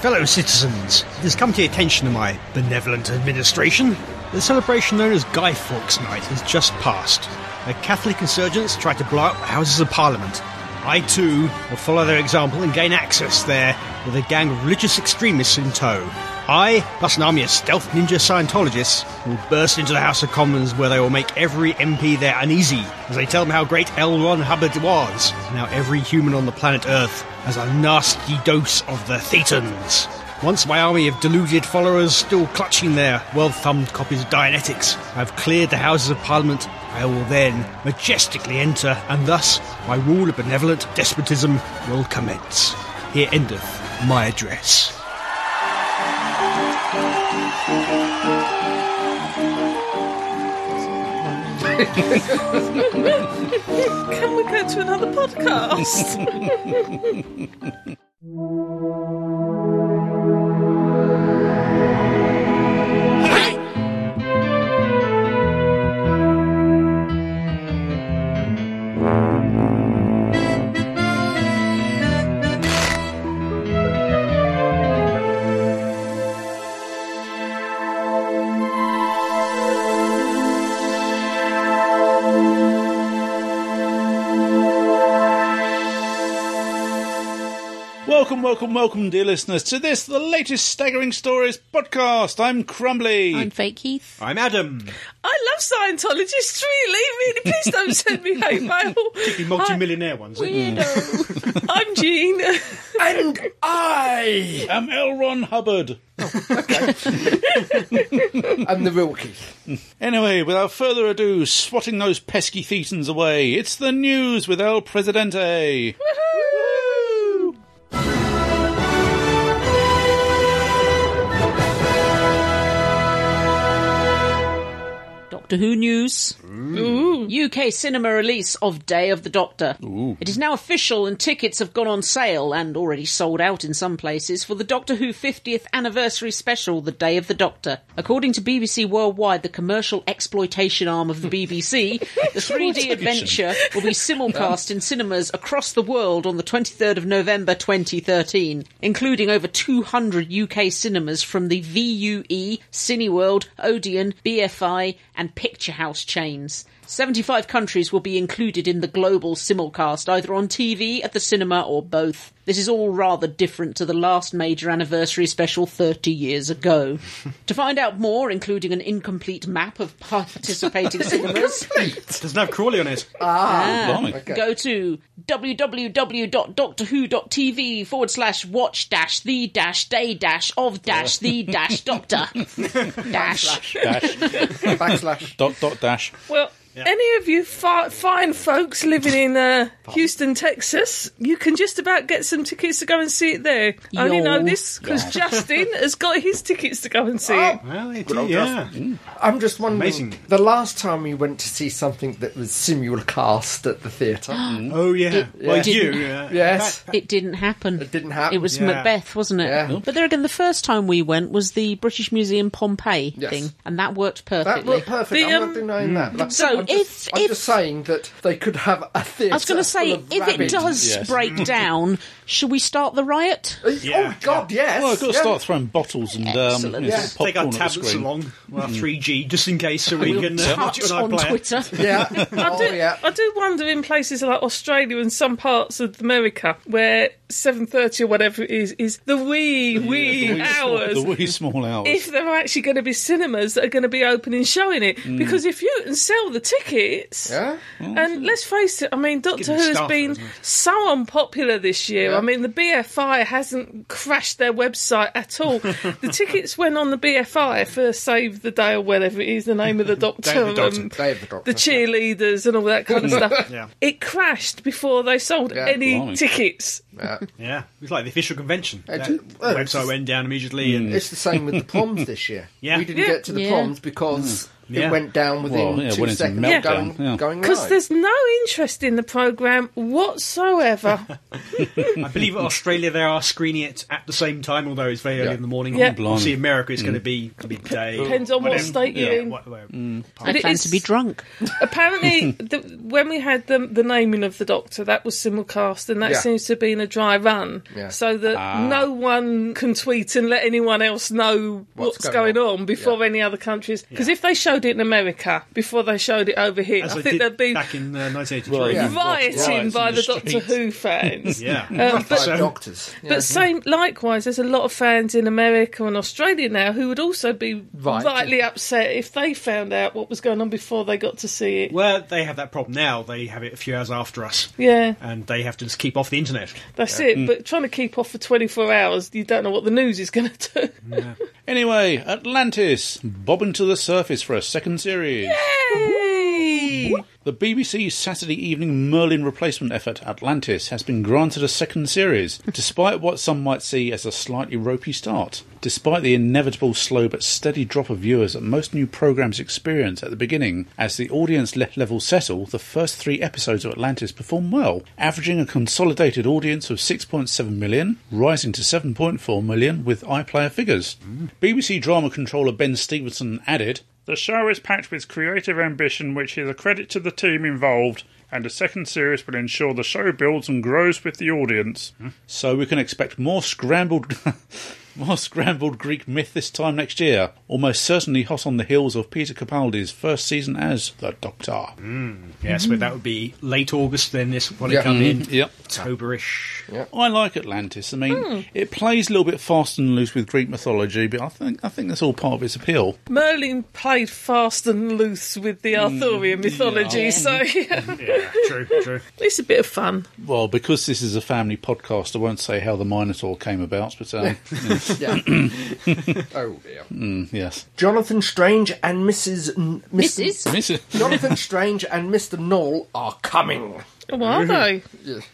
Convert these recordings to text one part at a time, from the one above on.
Fellow citizens, it has come to the attention of my benevolent administration that the celebration known as Guy Fawkes Night has just passed. The Catholic insurgents tried to blow up the Houses of Parliament. I too will follow their example and gain access there with a gang of religious extremists in tow. I, plus an army of stealth ninja Scientologists, will burst into the House of Commons where they will make every MP there uneasy as they tell them how great L. Ron Hubbard was, and how every human on the planet Earth has a nasty dose of the Thetans. Once my army of deluded followers still clutching their well thumbed copies of Dianetics have cleared the Houses of Parliament, I will then majestically enter, and thus my rule of benevolent despotism will commence. Here endeth my address. Can we go to another podcast? Welcome, welcome, welcome, dear listeners, to this, the latest Staggering Stories podcast. I'm Crumbly. I'm fake Keith. I'm Adam. I love Scientologists, really. Really, please don't send me hate mail. The multi-millionaire ones. eh? Weirdo. I'm Jean. And I I'm L. Ron Hubbard. am the real Keith. Anyway, without further ado, swatting those pesky Thetans away, it's the news with El Presidente. Woohoo! Doctor Who news. UK cinema release of Day of the Doctor. It is now official and tickets have gone on sale and already sold out in some places for the Doctor Who 50th anniversary special, The Day of the Doctor. According to BBC Worldwide, the commercial exploitation arm of the BBC, the 3D adventure will be simulcast in cinemas across the world on the 23rd of November 2013, including over 200 UK cinemas from the VUE, Cineworld, Odeon, BFI, and Picture House chains. 75 countries will be included in the global simulcast, either on TV, at the cinema, or both. This is all rather different to the last major anniversary special 30 years ago. to find out more, including an incomplete map of participating cinemas, Doesn't have Crawley on it. Ah, Blimey. go to www.doctorwho.tv forward slash watch dash the dash day dash of dash the dash doctor dash. Backslash. Dot, dot, dash. Well, any of you fi- fine folks living in uh, Houston, Texas, you can just about get some tickets to go and see it there. I only Yo. know this because Justin has got his tickets to go and see it. Well, it, old yeah. Oh, Mm. I'm just wondering. Amazing. The last time we went to see something that was simulcast at the theatre, Oh, yeah. well, you. didn't- yeah. yes, It didn't happen. it didn't happen. It was Yeah. Macbeth, wasn't it? Yeah. But there again, the first time we went was the British Museum Pompeii Yes. thing, and that worked perfectly. that looked perfect. The, I'm um, not denying that. But So I'm just, if- I'm if- just saying that they could have a theatre. I was going to say, full of if it rabid- does Yes. break down, should we start the riot? Yeah. oh God, yes. Well, I've got to yeah. start throwing bottles and um, you know, sort Excellent. of Yeah. Take our popcorn at the tablets screen. Mm. along, our 3G, just in case, so we can uh, watch it Touch on our on player. Twitter. Yeah. I do, oh yeah. I do wonder in places like Australia and some parts of America where 7.30 or whatever it is, is the wee, wee The wee small- hours. The wee small hours. if there are actually going to be cinemas that are going to be open and showing it. Because if you can sell the tickets, Yeah. and let's face it, I mean, Doctor Getting Who has staff, been isn't it? so unpopular this year. Yeah. I mean, the BFI hasn't crashed their website at all. the tickets went on the BFI for Save the Day or whatever it is, the name of the Doctor. Day of the Doctor. um, Day of the Doctor. the cheerleaders and all that kind of stuff. Yeah. It crashed before they sold Yeah. any Blimey. tickets. Yeah. Yeah, it was like the official convention. I Uh, That ju- well, website Mm. it's- went down immediately, and It's the same with the proms this year. Yeah. We didn't Yeah. get to the Yeah. proms because who Yeah. went down within Well, yeah, two went into seconds meltdown, of going, yeah. going Because live. there's no interest in the programme whatsoever. Mm. I believe in Australia they are screening it at the same time, although it's very early Yeah. in the morning. Yeah. Blimey. See, America it's going Mm. to be could be day. Depends on what whatever. state you're Yeah, in. Mm. what- where- I it plan is- to be drunk. Apparently, the, when we had the, the naming of the Doctor, that was simulcast, and that Yeah. seems to have been a dry run, Yeah. so that Ah. no one can tweet and let anyone else know what's, What's going, going on, before any other countries. Because if they showed it in America before they showed it over here, As I they think did there'd be back in uh, 1983. Right. Yeah. rioting Riots by in the the Doctor streets. Who fans. Yeah. Um, Five but So- doctors. Yeah. but same, likewise, there's a lot of fans in America and Australia now who would also be Right. rightly upset if they found out what was going on before they got to see it. Well, they have that problem now. They have it a few hours after us, Yeah, and they have to just keep off the internet. Mm-hmm. that's it. But trying to keep off for 24 hours, you don't know what the news is going to do. Anyway, Atlantis bobbing to the surface for a second series. Hey! The BBC's Saturday evening Merlin replacement effort, Atlantis, has been granted a second series, despite what some might see as a slightly ropey start. Despite the inevitable slow but steady drop of viewers that most new programs experience at the beginning, as the audience le- level settle, the first three episodes of Atlantis perform well, averaging a consolidated audience of 6.7 million, rising to 7.4 million with iPlayer figures. BBC drama controller Ben Stevenson added, The show is packed with creative ambition, which is a credit to the team involved, and a second series will ensure the show builds and grows with the audience. Hmm. So we can expect more scrambled, more scrambled Greek myth this time next year. Almost certainly hot on the heels of Peter Capaldi's first season as the Doctor. Yes, but that would be late August. Then this when Yeah. Mm-hmm. it come in Yep. Octoberish. I like Atlantis. I mean, it plays a little bit fast and loose with Greek mythology, but I think I think that's all part of its appeal. Merlin played fast and loose with the Arthurian mythology, so yeah. Yeah, true, true. it's a bit of fun. Well, because this is a family podcast, I won't say how the Minotaur came about, but um, hmm, Yeah. oh dear. yes, Jonathan Strange and Mrs. N- Mr. Mrs. Jonathan Strange and Mr. Knoll are coming. Oh, are they?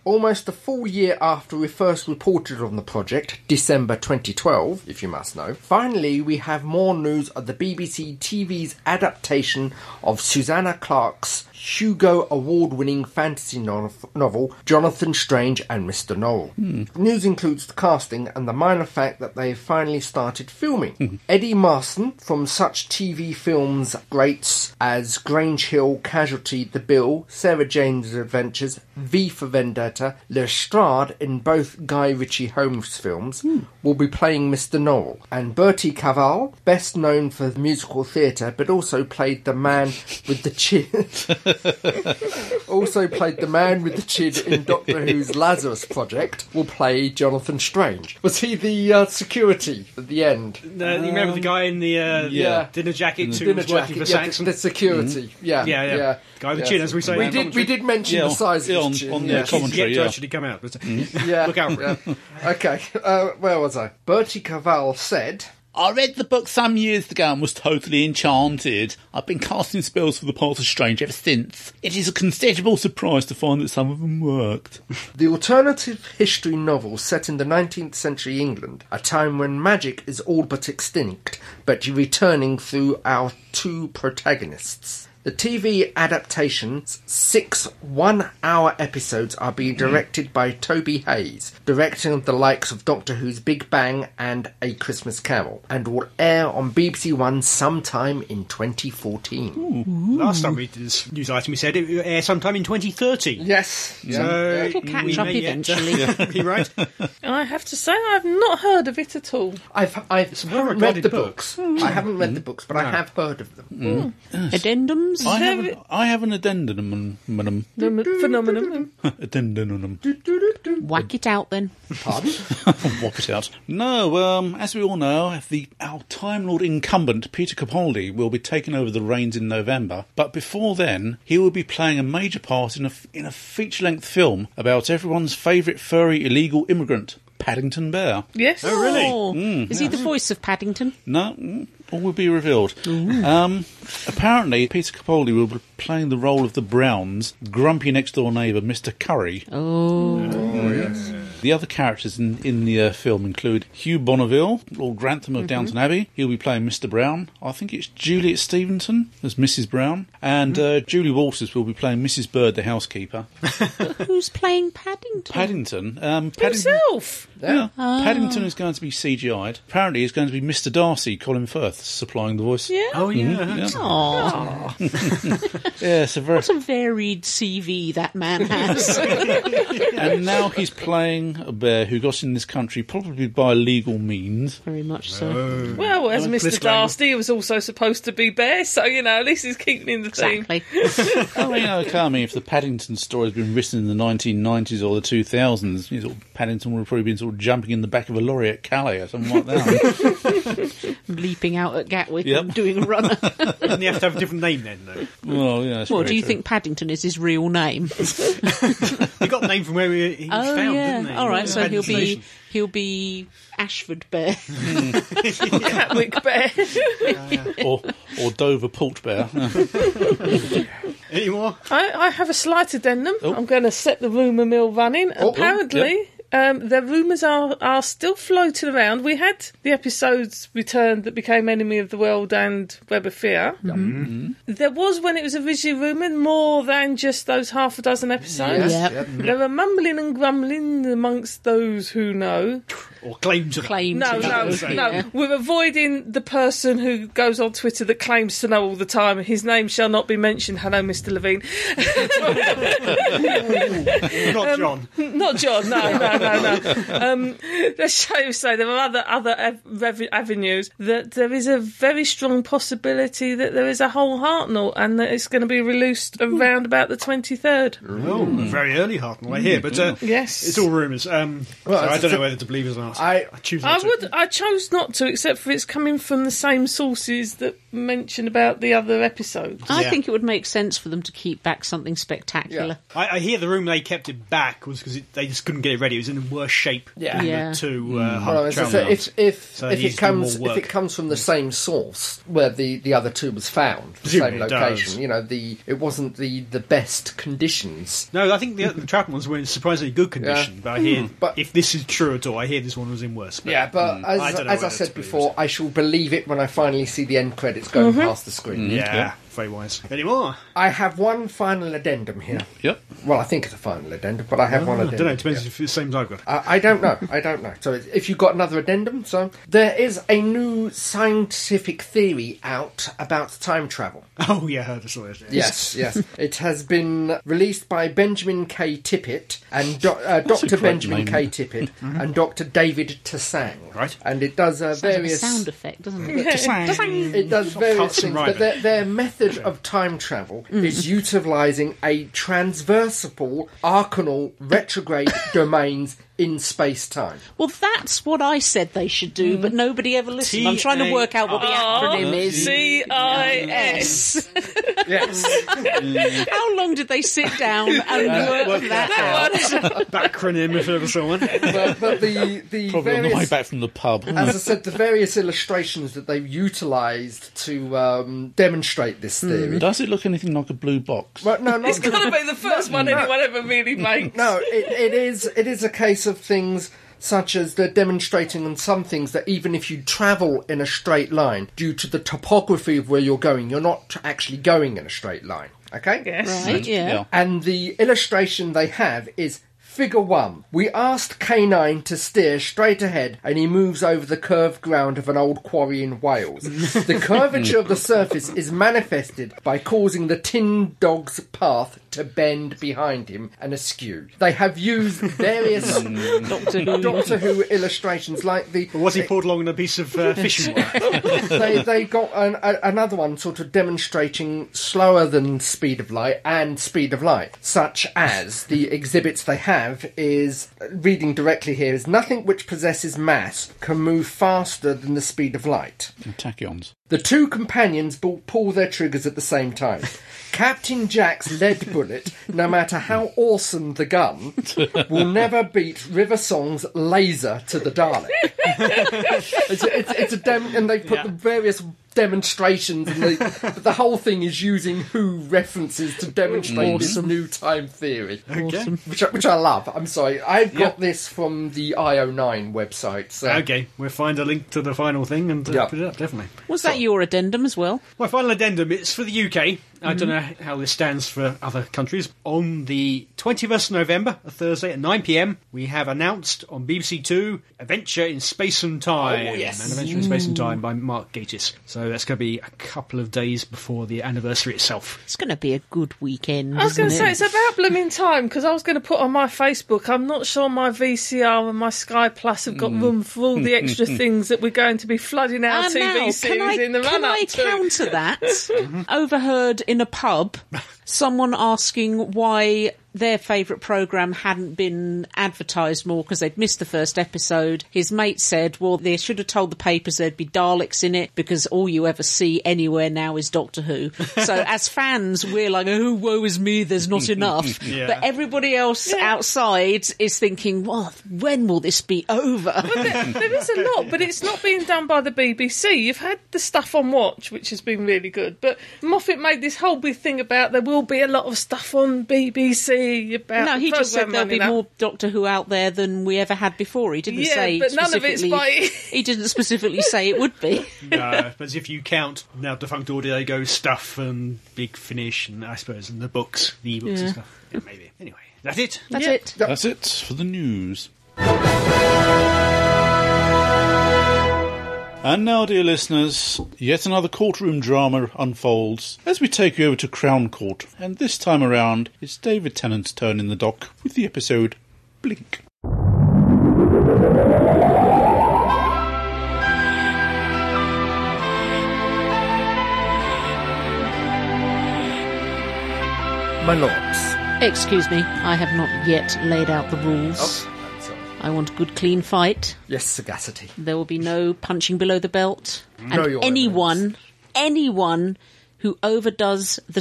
Almost a full year after we first reported on the project, December 2012, if you must know, finally we have more news of the BBC TV's adaptation of Susanna Clarke's Hugo Award winning fantasy no- novel, Jonathan Strange and Mr. Noel. News includes the casting and the minor fact that they have finally started filming. Eddie Marston from such TV films greats as Grange Hill, Casualty, The Bill, Sarah Jane's Adventures, V for Vendetta, Lestrade in both Guy Ritchie Holmes films will be playing Mr. Noel. And Bertie Cavall, best known for musical theatre, but also played the man with the chin. also played the man with the chin in Doctor Who's Lazarus Project, will play Jonathan Strange. Was he the uh, security at the end? No, Uh, you remember the guy in the uh, Yeah. dinner jacket who Dinner was working jacket, for yeah, Saxon? the, the security. Mm-hmm. Yeah, yeah, yeah, Guy with the yeah. chin, as we say. We in did, we commentary. did mention Yeah, the size yeah, of on- his chin. on the yeah. Mm-hmm. He's yet commentary, to yeah. actually come out. But Yeah, Look out for it. yeah. Okay, uh, where was I? Bertie Cavall said, I read the book some years ago and was totally enchanted. I've been casting spells for the part of Strange ever since. It is a considerable surprise to find that some of them worked. The alternative history novel set in the 19th century England, a time when magic is all but extinct, but returning through our two protagonists. The TV adaptation's six one hour episodes are being directed by Toby Hayes, directing the likes of Doctor Who's Big Bang and A Christmas Carol, and will air on BBC One sometime in 2014. Last time we did this news item, we said it would air sometime in 2030. Yes. So Yeah. It'll catch we up may yet, uh, eventually. be right. I have to say, I've not heard of it at all. I've, I've a haven't read well-regarded the book. books. I haven't read the books, but Hmm. I have heard of them. Addendums? I have, Very- an, I have an addendum. Addendum. Phenomenon. addendum. Whack it out then. Pardon? Whop it out. No, um, as we all know, the our Time Lord incumbent Peter Capaldi will be taking over the reins in November. But before then, he will be playing a major part in a f- in a feature length film about everyone's favourite furry illegal immigrant, Paddington Bear. Yes. Really? Oh, is he the voice of Paddington? No, mm, All will be revealed. Um, apparently, Peter Capaldi will be playing the role of the Browns' grumpy next door neighbour, Mr. Curry. Mm. The other characters in, in the uh, film include Hugh Bonneville, Lord Grantham of Downton Abbey. He'll be playing Mr. Brown. I think it's Juliet Stevenson as Mrs. Brown. And uh, Julie Walters will be playing Mrs. Bird, the housekeeper. Who's playing Paddington? Paddington. Um, Paddington Himself. yeah. Paddington is going to be CGI'd. Apparently, it's going to be Mr. Darcy, Colin Firth, supplying the voice. Yeah. Oh, yeah. Mm-hmm. Yeah. Aw, Yeah, it's a very. what a varied CV that man has. And now he's playing a bear who got in this country probably by legal means. Very much so. Well, as Mr. Blitzwing. Darcy was also supposed to be bear, so you know, at least he's keeping in the team. Exactly. I mean, okay, I mean, if the Paddington story has been written in the 1990s or the 2000s, you know, sort of Paddington would have probably been sort of jumping in the back of a lorry at Calais or something like that. Leaping out at Gatwick Yep. and doing a runner. Doesn't he have to have a different name then, though? well, yeah, that's Well, very do you true. think Paddington is his real name? Oh, He got the name from where he, he was found, didn't he? All right, so he'll Paddington be he'll be Ashford Bear. Catwick bear. Or, or Dover Port Bear. Station. Any more? I, I have a slight addendum. I'm going to set the rumour mill running. oh, Apparently, um, the rumours are, are still floating around. We had the episodes returned that became Enemy of the World and Web of Fear. Mm-hmm. There was, when it was originally rumoured, more than just those half a dozen episodes. Yep. Mm-hmm. There are mumbling and grumbling amongst those who know. Or claim to Claim No, to no, know. no. We're avoiding the person who goes on Twitter that claims to know all the time. His name shall not be mentioned. Hello, Mr. Levine. that. Not Um, John. Not John. No, no, no, no. Um, let's say say there are other other av- rev- avenues that there is a very strong possibility that there is a whole Hartnell and that it's going to be released around about the twenty third. Oh, very early Hartnell, I hear, but uh, Mm. Yes. it's all rumours. Um, Well, so I it's don't a- know whether to believe it or not. I- choose I not to. would. I chose not to, except for it's coming from the same sources that mention about the other episode. I Yeah. think it would make sense for them to keep back something spectacular. I, I hear the room they kept it back was because they just couldn't get it ready. It was in the worst shape. Yeah. Mm. than Yeah. The two uh, Well, hard as I travel said, routes. if if, So if they need it to do more comes if work. it comes from the same source where the, the other two was found, the Presumably same it location, does. you know, the it wasn't the, the best conditions. No, I think the, the Troutman ones were in surprisingly good condition. But I hear, Mm. But- if this is true at all, I hear this one was in worse. But Yeah, but Mm. I as don't know as I whether to believe said before, I shall believe it when I finally see the end credits going past the screen. Mm. yeah, very wise. Any more? I have one final addendum here. yep. Well, I think it's a final addendum, but I have one I don't know. addendum. It depends if it's the same as I've got. I I don't know. I don't know. So it's- if you've got another addendum, so there is a new scientific theory out about time travel. Oh yeah, I heard this already. Yes, yes. It has been released by Benjamin K. Tippett and do- uh, Dr. great Benjamin name. K. Tippett and Dr. David Tassang. Right. And it does uh, Sounds like a various. sound effect, doesn't it? It does various Carson things, Ryder. but their, their method of time travel is utilising a transversable arcanal retrograde domains in space time. Well, that's what I said they should do, but nobody ever listened. i I'm trying to work out what the acronym is. C I S. Yes. How long did they sit down and work, work that that out? That acronym, if ever someone. but, but the, the Probably on the way various- back from the pub. as I said, the various illustrations that they've utilised to um, demonstrate this theory. Does it look anything like a blue box? Well, no, not It's got to be the first one anyone ever really makes. no. It, it is. It is a case of things such as they're demonstrating on some things that even if you travel in a straight line, due to the topography of where you're going, you're not actually going in a straight line. Okay. Yes. Right, yeah. Yeah. And the illustration they have is figure one. We asked K9 to steer straight ahead and he moves over the curved ground of an old quarry in Wales. the curvature of the surface is manifested by causing the tin dog's path to bend behind him and askew. They have used various Doctor Who. Doctor Who illustrations like the Was he pulled along on a piece of uh, fishing wire? they they got an, a, another one sort of demonstrating slower than speed of light and speed of light, such as the exhibits they have is reading directly here is nothing which possesses mass can move faster than the speed of light. Tachyons. The two companions bu- pull their triggers at the same time. Captain Jack's lead bullet, no matter how awesome the gun, will never beat River Song's laser to the Dalek. It's a, it's, it's a dem- and they put the various demonstrations, and they, but the whole thing is using who references to demonstrate this new time theory, Okay. which I, which I love. I'm sorry, I've got Yep. this from the IO9 website. So Okay, we'll find a link to the final thing and uh, Yeah. put it up, definitely. Was that your addendum as well? My final addendum, it's for the UK. I Mm-hmm. don't know how this stands for other countries. On the 21st of November, a Thursday at 9pm, we have announced on BBC Two Adventure in Space and Time. Oh, yes. Mm. An Adventure in Space and Time by Mark Gatiss. So that's going to be a couple of days before the anniversary itself. It's going to be a good weekend. I was going to isn't say it? it's about blooming time because I was going to put on my Facebook. I'm not sure my VCR and my Sky Plus have got room for all the extra things that we're going to be flooding our And TV now, series can Mm. I, in the can run up I to. counter that? Overheard in a pub, someone asking why their favourite programme hadn't been advertised more because they'd missed the first episode. His mate said, well, they should have told the papers there'd be Daleks in it because all you ever see anywhere now is Doctor Who. So as fans, we're like, oh, woe is me, there's not enough. Yeah. But everybody else outside is thinking, well, when will this be over? there is a lot, but it's not being done by the BBC. You've had the stuff on Watch, which has been really good, but Moffat made this whole big thing about there will be a lot of stuff on BBC about. No, the he just said programme there'll be running up. more Doctor Who out there than we ever had before. He didn't Yeah, say but none of it's specifically- by- he didn't specifically say it would be. No, but if you count now defunct audio go stuff and Big Finish and I suppose and the books, the ebooks Yeah. and stuff. Yeah, maybe. Anyway, that's it. That's Yeah. it. That's it for the news. And now, dear listeners, yet another courtroom drama unfolds as we take you over to Crown Court, and this time around it's David Tennant's turn in the dock with the episode Blink. my lords, Excuse me, I have not yet laid out the rules. Oh. I'm sorry. I want a good, clean fight. yes, sagacity. There will be no punching below the belt, Know and your anyone, anyone who overdoes the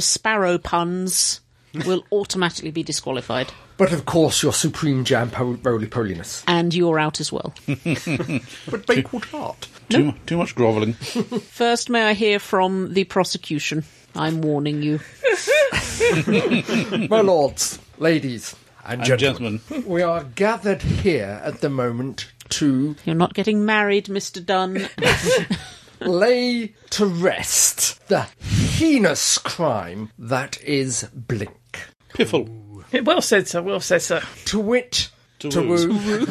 sparrow puns will automatically be disqualified, But of course, your supreme jam po- roly poliness, and you're out as well. but bakewell tart. Too, mu- too much grovelling. First, may I hear from the prosecution? I'm warning you. my lords, ladies, and And gentlemen. gentlemen, We are gathered here at the moment to You're not getting married, Mr. Dunn. lay to rest the heinous crime that is Blink. piffle. Well said, sir. Well said, sir. To wit, to, woo. woo,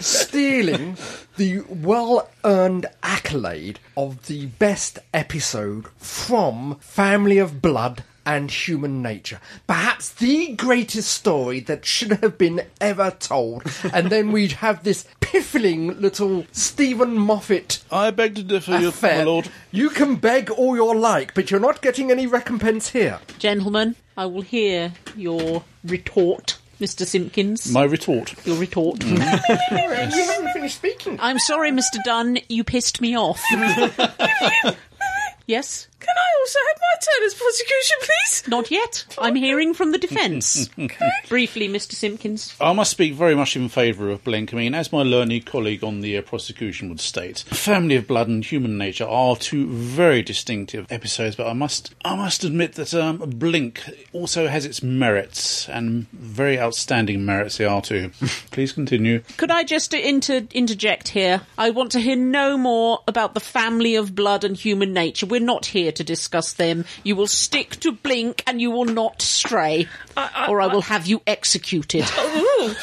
stealing the well earned accolade of the best episode from Family of Blood and Human Nature. Perhaps the greatest story that should have been ever told. And then we'd have this piffling little Stephen Moffat I beg to differ, your, Oh, my affair. lord. You can beg all you like, but you're not getting any recompense here. Gentlemen, I will hear your retort, Mr. Simpkins. My retort. your retort. You haven't finished speaking. I'm sorry, Mr. Dunn, you pissed me off. yes? Can I also have my turn as prosecution, please? Not yet. I'm hearing from the defence. Briefly, Mr. Simpkins. I must speak very much in favour of Blink. I mean, as my learned colleague on the uh, prosecution would state, Family of Blood and Human Nature are two very distinctive episodes, but I must I must admit that um, Blink also has its merits, and very outstanding merits they are too. Please continue. Could I just inter- interject here? I want to hear no more about the family of blood and human nature. We're not here to discuss them. You will stick to blink and you will not stray, or I will have you executed. Ooh.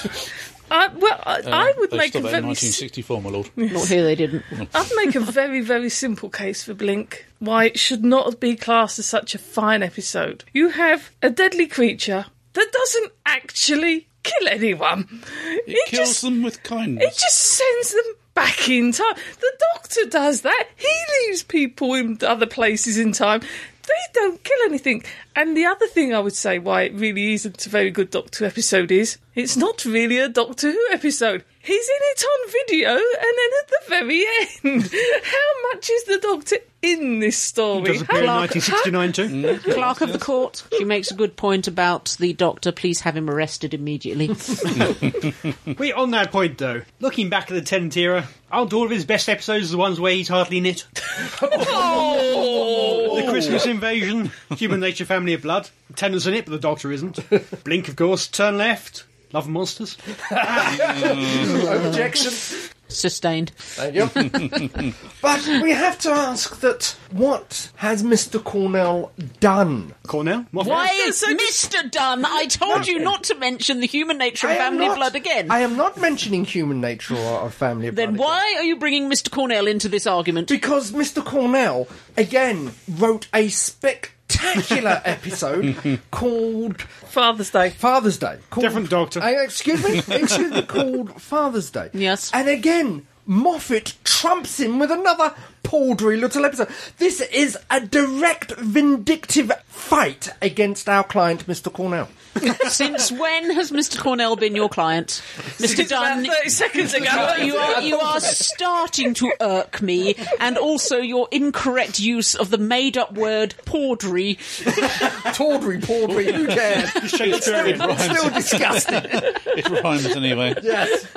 I, Uh, well, I, I would Uh, They make a stopped that very. in s- 1964, my lord. not here, they didn't. I'd make a very, very simple case for Blink why it should not be classed as such a fine episode. You have a deadly creature that doesn't actually kill anyone. It, It kills just, them with kindness. It just sends them back in time. The Doctor does that. He leaves people in other places in time. They don't kill anything. And the other thing I would say why it really isn't a very good Doctor episode is it's not really a Doctor Who episode. He's in it on video, and then at the very end, how much is the Doctor in this story? Does appear in How- 1969 too. Clerk of the court. She makes a good point about the doctor. Please have him arrested immediately. Wait, on that point though, looking back at the Tennant era, aren't all of his best episodes the ones where he's hardly in it? the Christmas Invasion, Human Nature, Family of Blood. Tennant's in it, but the Doctor isn't. Blink, of course. Turn left. Love and Monsters. Objection. Sustained. Thank you. but we have to ask that what has Mr. Cornell done? Cornell. Moffat. Why, so- Mr. Dunn? I told you not to mention the human nature of I am family not- blood again. I am not mentioning human nature or, or family of then blood again. why are you bringing Mr. Cornell into this argument? Because Mr. Cornell, again, wrote a spectacular episode called Father's Day. Father's Day. Called, Different doctor. Uh, excuse me? Excuse me, called Father's Day. Yes. And again, Moffat trumps him with another paldery little episode. This is a direct, vindictive fight against our client, Mr. Cornell. Since when has Mr. Cornell been your client? Mr. It's about Dunn, 30 seconds ago. you are, you are starting to irk me, and also your incorrect use of the made up word pawdry. Tawdry, paldery, who cares? Shakespearean. It's still disgusting. It rhymes anyway. Yes.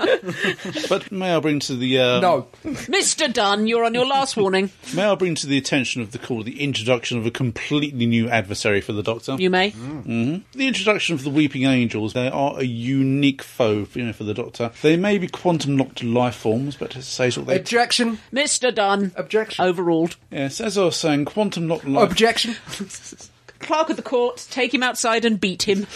But may I bring to the uh, No. Mr. Dunn, you're on your last warning. may I bring to the attention of the call the introduction of a completely new adversary for the Doctor? You may. the introduction of the Weeping Angels, they are a unique foe, you know, for the Doctor. They may be quantum knocked life forms, but it says what they. Objection. Mr. Dunn. Objection. Overruled. yes, as I was saying, quantum knocked life. Objection. Clerk of the court, take him outside and beat him.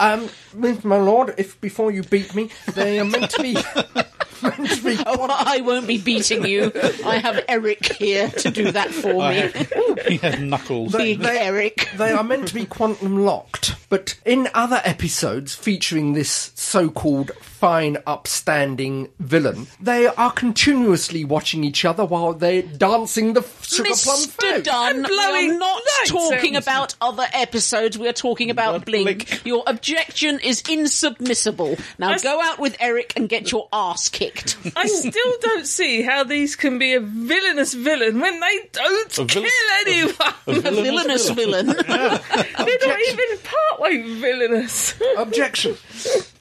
Um, my lord, if before you beat me, they are meant to be meant to be I won't be beating you. I have Eric here to do that for I me. have- he has knuckles. Big Eric. They are meant to be quantum locked, but in other episodes featuring this so called fine, upstanding villain, they are continuously watching each other while they're dancing the f- sugar plum Mr. fairy. Dunn, And we blowing are not lights talking out. about other episodes. We are talking about About Blink. Blink. Your objection is insubmissible. Now s- go out with Eric and get your ass kicked. I still don't see how these can be a villainous villain when they don't A vil- kill anyone. A villainous villain. They're not even partway villainous. Oh. Objection.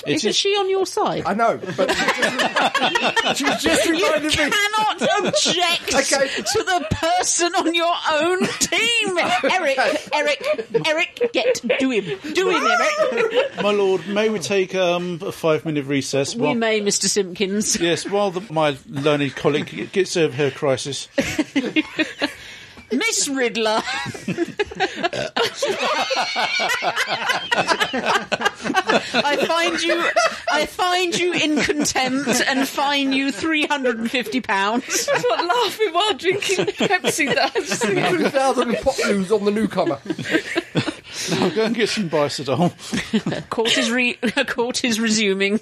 Isn't she on your side? I know, but she just You reminded me. cannot object Okay. to the person on your own team. Eric, Eric, Eric, get do him, do him, Eric. My lord, may we take um, a five minute recess? We may, Mister Simpkins. Yes, while the, my learned colleague g- gets over her crisis. Miss Riddler, I find you, I find you in contempt and fine you three hundred and fifty pounds. That's what laughing while drinking Pepsi does. 2,000 pot news on the newcomer. I'll go and get some bicidol. Court is re- court is resuming.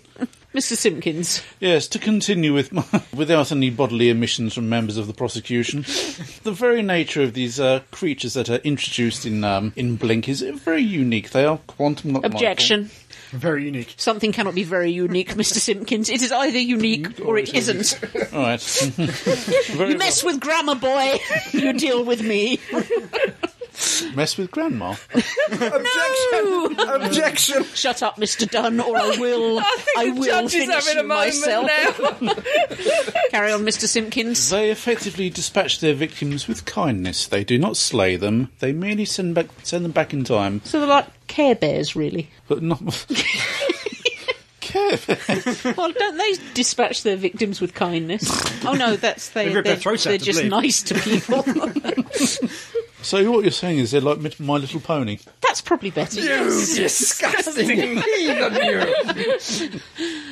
Mr. Simpkins, Yes, to continue with my, without any bodily emissions from members of the prosecution, the very nature of these uh, creatures that are introduced in um, in Blink is very unique. They are quantum. not objection. Very unique. Something cannot be very unique, Mr. Simpkins. It is either unique or it isn't. Michael. All right. Very You mess with grammar, boy. You deal with me. well. mess with grandma. Objection. Objection. Shut up, Mr. Dunn, or I will. I think the will judge is finish having you a moment myself. now. Carry on, Mr. Simpkins. They effectively dispatch their victims with kindness. They do not slay them. They merely send back send them back in time, So they're like Care Bears, really. but not. Care. Well, don't they dispatch their victims with kindness? Oh no, that's they. They rip their they're throats out, they're I just believe. nice to people. So what you're saying is they're like Mi- My Little Pony. that's probably better. yes. Disgusting. heathen you.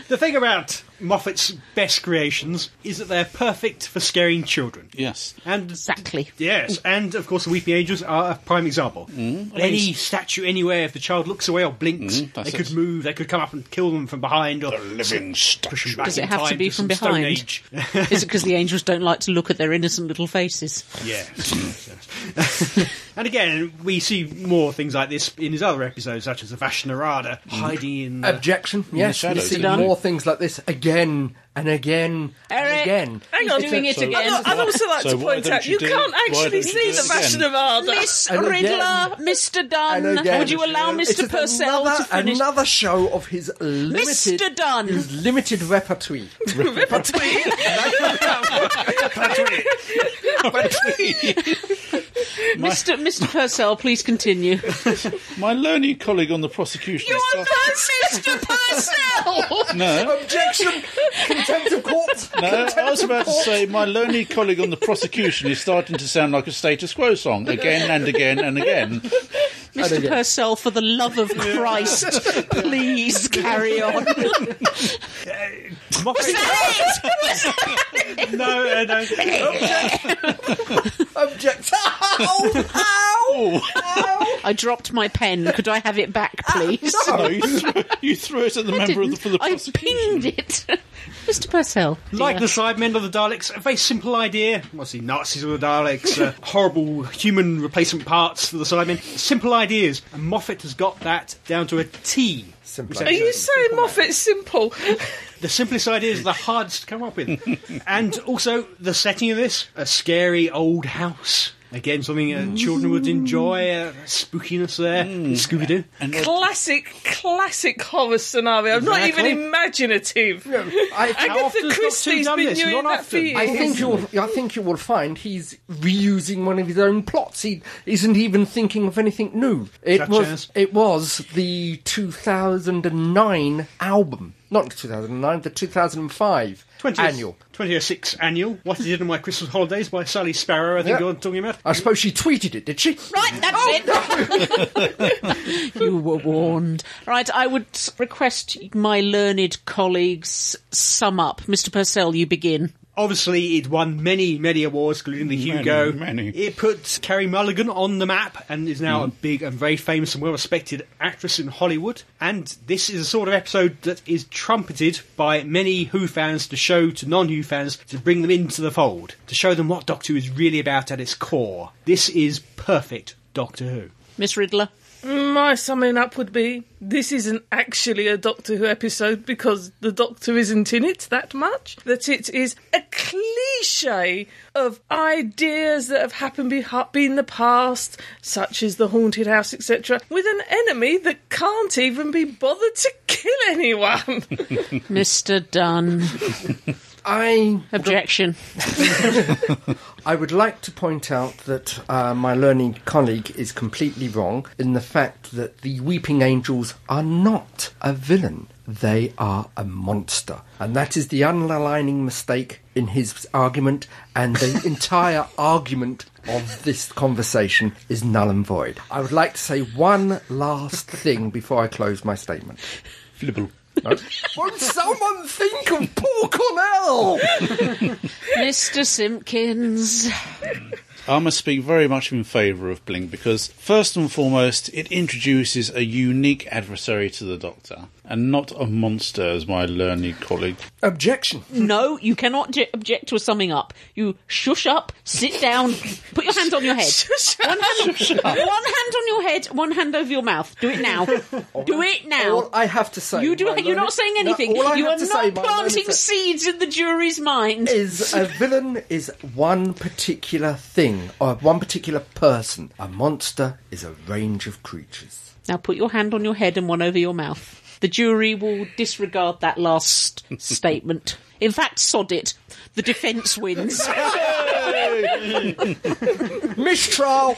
The thing about Moffat's best creations is that they're perfect for scaring children. Yes. And Exactly. Yes, and of course, the Weeping Angels are a prime example. Mm. Any statue anywhere, if the child looks away or blinks, that's they could it. move, they could come up and kill them from behind or Living push them back Does in it have to time be from some behind? Stone Age. Is it because the angels don't like to look at their innocent little faces? yeah. And again, we see more things like this in his other episodes, such as the Vashnarada hiding in the Objection. Yes, you shadows, see don't you? more things like this again and again and Eric, again. Hang on, he's doing it so- uh, again. I'd, I'd also like So to why point don't out you you do- can't why actually don't you see do the it Fashion again? of Arda. Miss And Riddler, again. Mr. And Dunn, again. would you allow It's Mr. just Purcell another, to finish? another show of his limited, Mr. Dunn. his limited repertoire. Mr. Mr. Purcell, please continue. My learning colleague on the prosecution. is class- Mr. Purcell! no, Objection! Contempt of court! no. Uh, I was about to say my learning colleague on the prosecution is starting to sound like a status quo song again and again and again. Mr. Purcell, for the love of Christ, please carry on. mockery. no, uh, no. Objection! Ow! Oh. Ow! Ow! I dropped my pen. Could I have it back, please? No, Oh, you threw, you threw it at the member of the, for the Ah, I prosecution. pinged it. Mr. Purcell. Like dear. the Sidemen of the Daleks, a very simple idea. What's he, Nazis of the Daleks, uh, horrible human replacement parts for the Sidemen. Simple ideas. And Moffat has got that down to a T. Simple. Are you saying Moffat's simple? The simplest ideas are the hardest to come up with. and also, the setting of this a scary old house. Again, something uh, children would enjoy, uh, spookiness there, Mm. Scooby Doo. classic, classic horror scenario. Not even Exactly. imaginative. I, How Agatha often's Doctor Who Christie's done been this? doing Not that for often. years. I think you'll. I think you will find he's reusing one of his own plots. He isn't even thinking of anything new. It Such was. as? It was the 2009 album, not 2009, the 2005 annual. 2006 annual. What I Did in My Christmas Holidays by Sally Sparrow, I think Yeah. you're talking about. I suppose she tweeted it, did she? Right, that's it. you were warned. Right, I would request my learned colleagues sum up. Mr. Purcell, you begin. Obviously, it won many, Mm, many awards, including the Many, Hugo. many. It put Carrie Mulligan on the map and is now a big and very famous and well respected actress in Hollywood. And this is the sort of episode that is trumpeted by many Who fans to show to non Who fans to bring them into the fold, to show them what Doctor Who is really about at its core. This is perfect Doctor Who. Miss Riddler. My summing up would be this isn't actually a Doctor Who episode because the Doctor isn't in it that much. That it is a cliche of ideas that have happened be- in the past, such as the haunted house, etc., with an enemy that can't even be bothered to kill anyone. Mr. Dunn. I Objection. I would like to point out that uh, my learned colleague is completely wrong in the fact that the Weeping Angels are not a villain. They are a monster. And that is the underlining mistake in his argument, and the entire argument of this conversation is null and void. I would like to say one last thing before I close my statement. Flibble. Won't someone think of Paul Cornell? Mr. Simpkins. I must speak very much in favour of Blink because, first and foremost, it introduces a unique adversary to the Doctor and not a monster, as my learned colleague. Objection. No, you cannot j- object to a summing up. You shush up, sit down, put your hand on your head. One hand, one hand on your head, one hand over your mouth. Do it now. Do it now. All I have to say. You do. my You're learned- not saying No, anything. all I you have are to say, not my planting learned- seeds in the jury's mind. Is a villain is one particular thing or one particular person. A monster is a range of creatures. Now put your hand on your head and one over your mouth. The jury will disregard that last statement. In fact, sod it. The defence wins. Mistrial.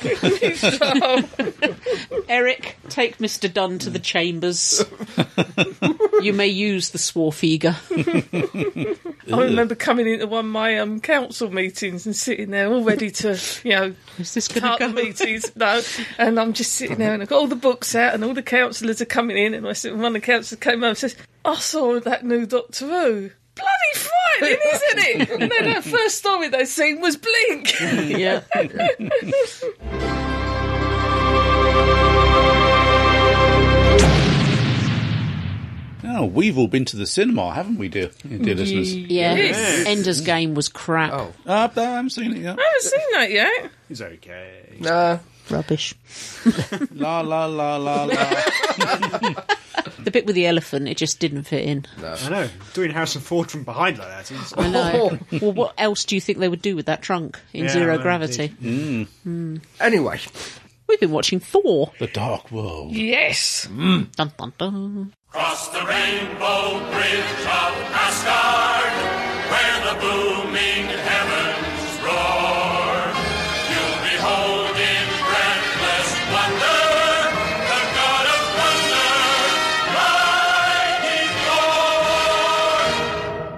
Um, Eric, take Mr. Dunn to the chambers. you may use the Swarfeger. I remember coming into one of my um, council meetings and sitting there all ready to, you know, Is this going start to the go? meetings. No, and I'm just sitting there and I've got all the books out and all the councillors are coming in and I sit, one of the councillors came over and says, I saw that new Doctor Who. Bloody frightening, isn't it? And then that first story they seen was Blink. Yeah. Oh, we've all been to the cinema, haven't we, dear, dear listeners? Yeah, Yes. Ender's Game was crap. Oh. Uh, I haven't seen it yet. I haven't seen that yet. It's okay. Nah. Rubbish. la la la la la. The bit with the elephant, it just didn't fit in. I know. Doing Harrison Ford from behind like that is. I know. well, what else do you think they would do with that trunk in Yeah, zero well, gravity? Anyway, We've been watching Thor. the Dark World. Yes. Dun dun dun. Cross the rainbow bridge of Asgard, where the booming heavens roar. You'll behold in breathless wonder the God of thunder, mighty Thor.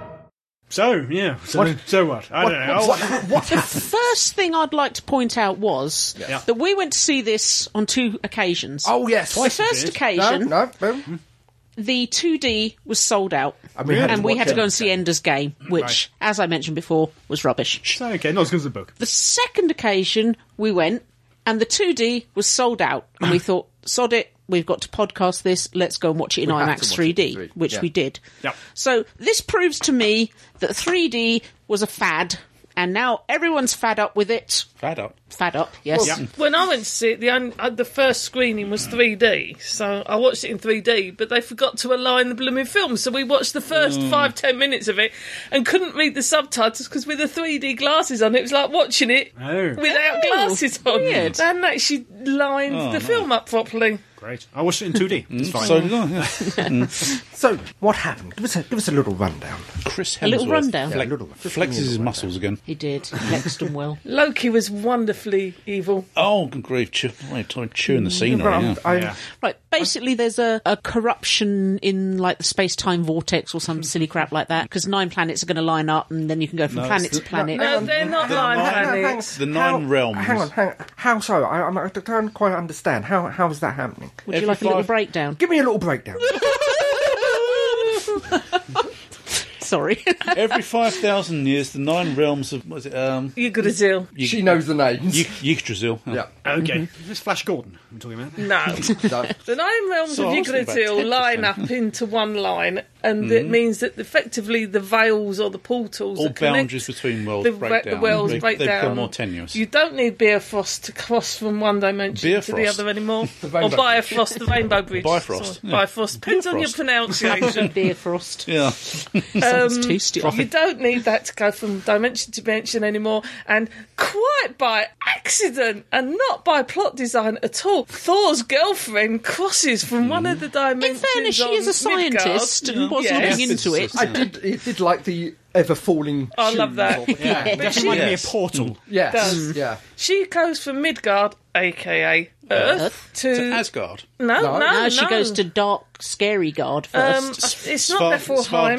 So yeah. So What? so what? I don't know. what, what, The first thing I'd like to point out was Yeah. that we went to see this on two occasions. oh yes, the first did. no, occasion, no, boom. the 2D was sold out, And we had and to we watch had to it. go and see Ender's Game, which, Right. as I mentioned before, was rubbish. Oh, It's okay. Not as good as the book. The second occasion we went, and the 2D was sold out, and we thought, sod it, we've got to podcast this, let's go and watch it in have to IMAX watch it 3D, in 3D, which yeah. we did. Yep. So this proves to me that 3D was a fad, and now everyone's fad up with it. Fad up. Fad up, yes. Yep. When I went to see it, the un- uh, the first screening was 3D, so I watched it in 3D. But they forgot to align the blooming film, so we watched the first five ten minutes of it and couldn't read the subtitles because with the 3D glasses on, it was like watching it Oh. without Oh, glasses on. weird. They hadn't actually lined the film up properly. Great. I watched it in 2D. Mm-hmm. It's fine. So did I. yeah. So what happened? Give us a give us a little rundown. Chris Hemsworth A little rundown. Yeah, a little one. flexes his muscles again. He did. Lexton well. Loki was wonderfully evil. Oh, good grief! Chew- right, time chewing Mm, the scenery. Right, Yeah. I'm- Yeah. Right, basically, there's a, a corruption in like the space time vortex or some silly crap like that because nine planets are going to line up and then you can go from No, planet it's to the- planet. No, they're not lying Hang on, hang on. planets. The nine how, realms. Hang on, hang on. How so? I, I'm- I don't quite understand. How how is that happening? Would you like a little Every five- breakdown? Give me a little breakdown. Sorry. Every five thousand years, the nine realms of what is it? Um, You good as ill. she knows the names. Yig- Yggdrasil. Oh. yeah. Uh, Okay. Mm-hmm. Is this Flash Gordon we're talking about? No. The nine realms So of I was thinking about Yggdrasil 10%. line up into one line, and it means that effectively the veils or the portals Mm-hmm. All that connect boundaries between worlds the, break re- the down. worlds They- break they become down. more tenuous. You don't need Bifrost to cross from one dimension to the Bifrost. other anymore, or Rainbow Bridge. Bifrost, the Rainbow Bridge. Bifrost, Sorry. yeah. Bifrost depends on your Bifrost. pronunciation. Beer frost. Yeah. Sounds too stupid. You don't need that to go from dimension to dimension anymore. And quite by accident and not by plot design at all, Thor's girlfriend crosses from one of the In dimensions. fairness, she is on a scientist Midgard. and was Yeah. looking into it. I did. It did like the ever falling. I love that. Yeah. It does remind me of Yes. Portal. Yes. Mm-hmm. Does. Yeah. She goes from Midgard, aka Earth, to, To Asgard. no, No. no, No, Now she goes to dark, scary guard Um, first. it's not Niflheim.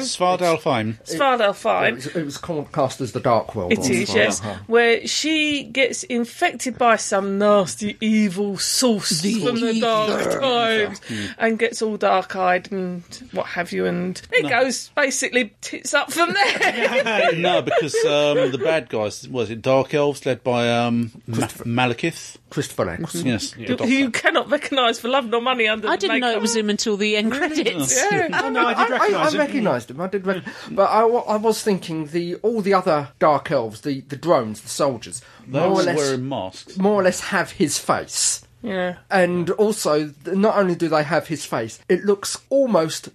Svartalfheim. It's Svartalfheim. It was, it was cast as the Dark World. It wasn't is, yes. Uh-huh. Where she gets infected by some nasty, evil source from the dark times and gets all dark eyed and what have you, and it goes basically tits up from there. no, because um, the bad guys was it Dark Elves led by um, Ma- Malekith. Christopher Lambs. Yes. the Who Doctor. you cannot recognise for love nor money under I the didn't know makeup. it was him until the end credits. Yeah. Oh, no, I did I, recognise I it. recognised him. I did, rec- but I, wa- I was thinking the all the other Dark Elves, the, the drones, the soldiers, They more were or less, wearing masks. more or less have his face. yeah. And also, th- not only do they have his face, it looks almost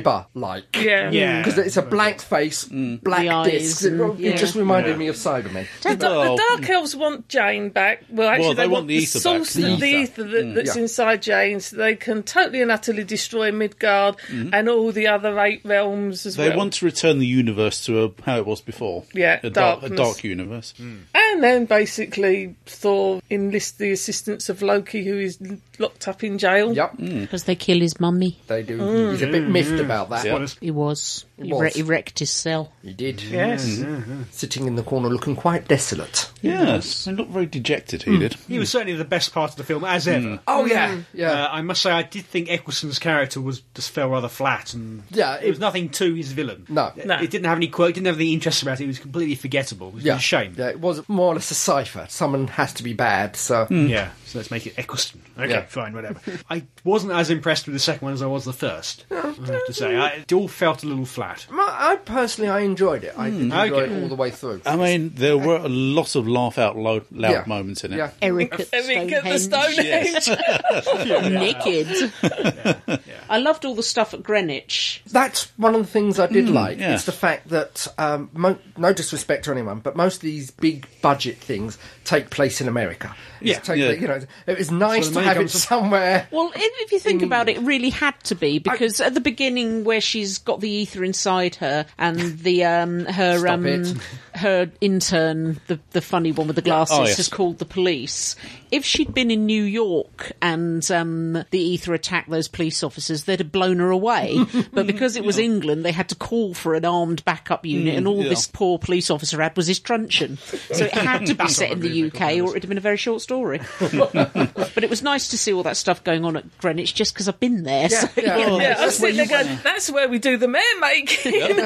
cyber-like. Yeah. Yeah. Because it's a blank face, Mm. The black eyes discs. It, and- it just yeah. reminded me of Cybermen. The, da- Well- the Dark Elves want Jane back. Well, actually, Oh. Well, they, they want want the the ether back. Mm. source, The of the ether. ether that, that's Yeah. inside Jane, so they can totally and utterly destroy Midgard and all the other eight realms as Mm-hmm. They well. want to return the universe to uh how it was before. Yeah, a dark, a darkness. dark universe. And then basically, Thor enlists the assistance of Loki, who is l- locked up in jail. Yep, Because they kill his mummy. they do. Mm. He's a bit miffed about that. Yeah. He was. He, was. Re- he wrecked his cell. He did. Yes. Mm. Sitting in the corner looking quite desolate. Yes, they looked very dejected. He did. He was certainly the best part of the film, as ever. Oh, yeah. Mm. Yeah. Uh, I must say, I did think Eccleston's character was just fell rather flat, and Yeah, it was it- nothing to his villain. No. it, No. it didn't have any quirk, didn't have anything interesting about it. It was completely forgettable. It was yeah. a shame. Yeah, it was more more or less a cipher. Someone has to be bad, so Mm. Yeah, so let's make it Eccleston. Okay, Yeah. fine, whatever. I wasn't as impressed with the second one as I was the first. I have to say, I, it all felt a little flat. I, I personally I enjoyed it. I did enjoy Hmm. Okay. it all the way through. I mean, there were a lot of laugh out loud, loud Yeah. moments in it. Yeah. Eric at Eric at the Stonehenge. Stonehenge. naked. I loved all the stuff at Greenwich. That's one of the things I Hmm, did like. yeah. It's the fact that um, mo- no disrespect to anyone, but most of these big budget things take place in America. It's Yeah, take- yeah. you know, it was nice the to money have it comes from- somewhere. Well, if if you think about it, it really had to be because at the beginning, where she's got the ether inside her and the um, her Stop um, it. her intern, the the funny one with the glasses, Oh, yes. has called the police. If she'd been in New York and um, the ether attacked those police officers, they'd have blown her away. but because it was England, they had to call for an armed backup unit, and all yeah. this poor police officer had was his truncheon. So it had to be set in the UK, or it'd have been a very short story. But it was nice to see all that stuff going on at Greenwich just because I've been there. so- Yeah. Oh, Yeah, I was sitting there going, that's where we do the mayor making.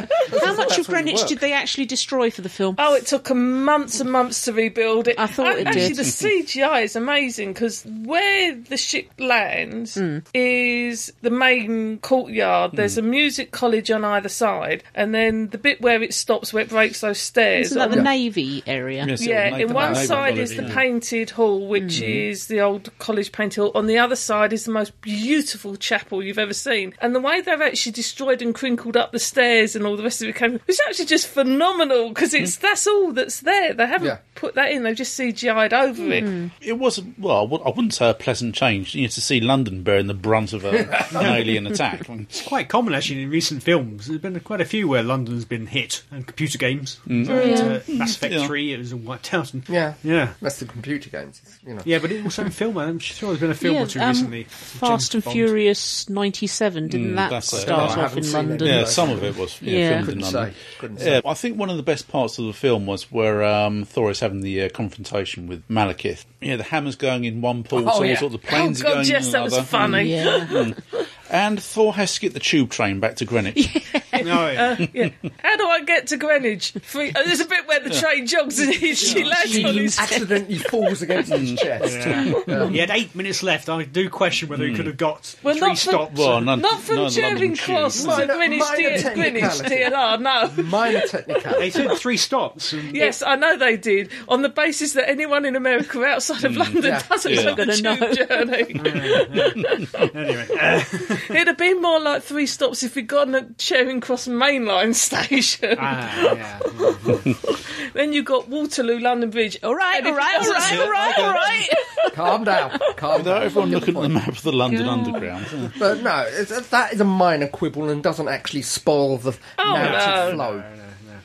How much of where you Greenwich work. did they actually destroy for the film? Oh, it took 'em months and months to rebuild it. I thought it actually, did. the CGI is amazing because where the ship lands Hmm. is the main courtyard. There's a music college on either side, and then the bit where it stops, where it breaks those stairs. Isn't that on the Navy area? Yes, it would yeah, make in the one laugh out side loud, is the yeah. painted hall, which Hmm. is the old college painted hall. On the other side is the most beautiful chapel you've ever seen. And the way they've actually destroyed and crinkled up the stairs and all the rest of it came, it's actually just phenomenal because it's that's all that's there. They haven't Hmm. Yeah. Hmm. put that in; they've just CGI'd over it. It was well, I wou- I wouldn't say a pleasant change. You know, to see London bearing the brunt of a, an alien attack. Mm, It's quite common actually in recent films. There's been quite a few where London's been hit, and computer games. So, uh, Mass Effect Mm. Yeah. Three, it was all wiped out. And, Yeah. yeah. That's the computer games, it's, you know. Yeah, but it also in film. I'm sure there's been a film Yeah, or two um, recently. Fast James and Bond. Furious 97, didn't Mm, that that's it. start No, I off haven't in seen London? it. Yeah, Right. some of it was yeah, Yeah. filmed Couldn't in say. London. Couldn't Yeah, say. I think one of the best parts of the film was where um, Thor is having the uh, confrontation with Malekith. Yeah, the hammer's going in one pool, Oh, so yeah. all sort of the Oh planes are god, going yes, in that was another. Mm. funny. Yeah. And Thor has to get the tube train back to Greenwich. No, Oh, yeah. Yeah. How do I get to Greenwich? Free- and there's a bit where the train jogs and he, she lands on his. Accidentally falls against his chest. he had eight minutes left. I do question whether he could have got Well, three not for- stops. Hmm. well, none, Not from none of the London Charing tubes. Cross to Minor- Greenwich, minor D- Greenwich technicality. DLR, no. Minor technicality. they said three stops. And Yes, I know they did. On the basis that anyone in America outside of London Yeah. doesn't Yeah. have the Gonna know. tube journey. Anyway, uh, It'd have been more like three stops if we'd gone at Charing Cross Main Line station. ah, yeah. then you got Waterloo, London Bridge. All right, all right, all right, all right, all right. Calm down. Calm Although down. everyone I'll looking get the at the point. map of the London Underground. yeah. But no, it's, that is a minor quibble and doesn't actually spoil the Oh, narrative no. flow.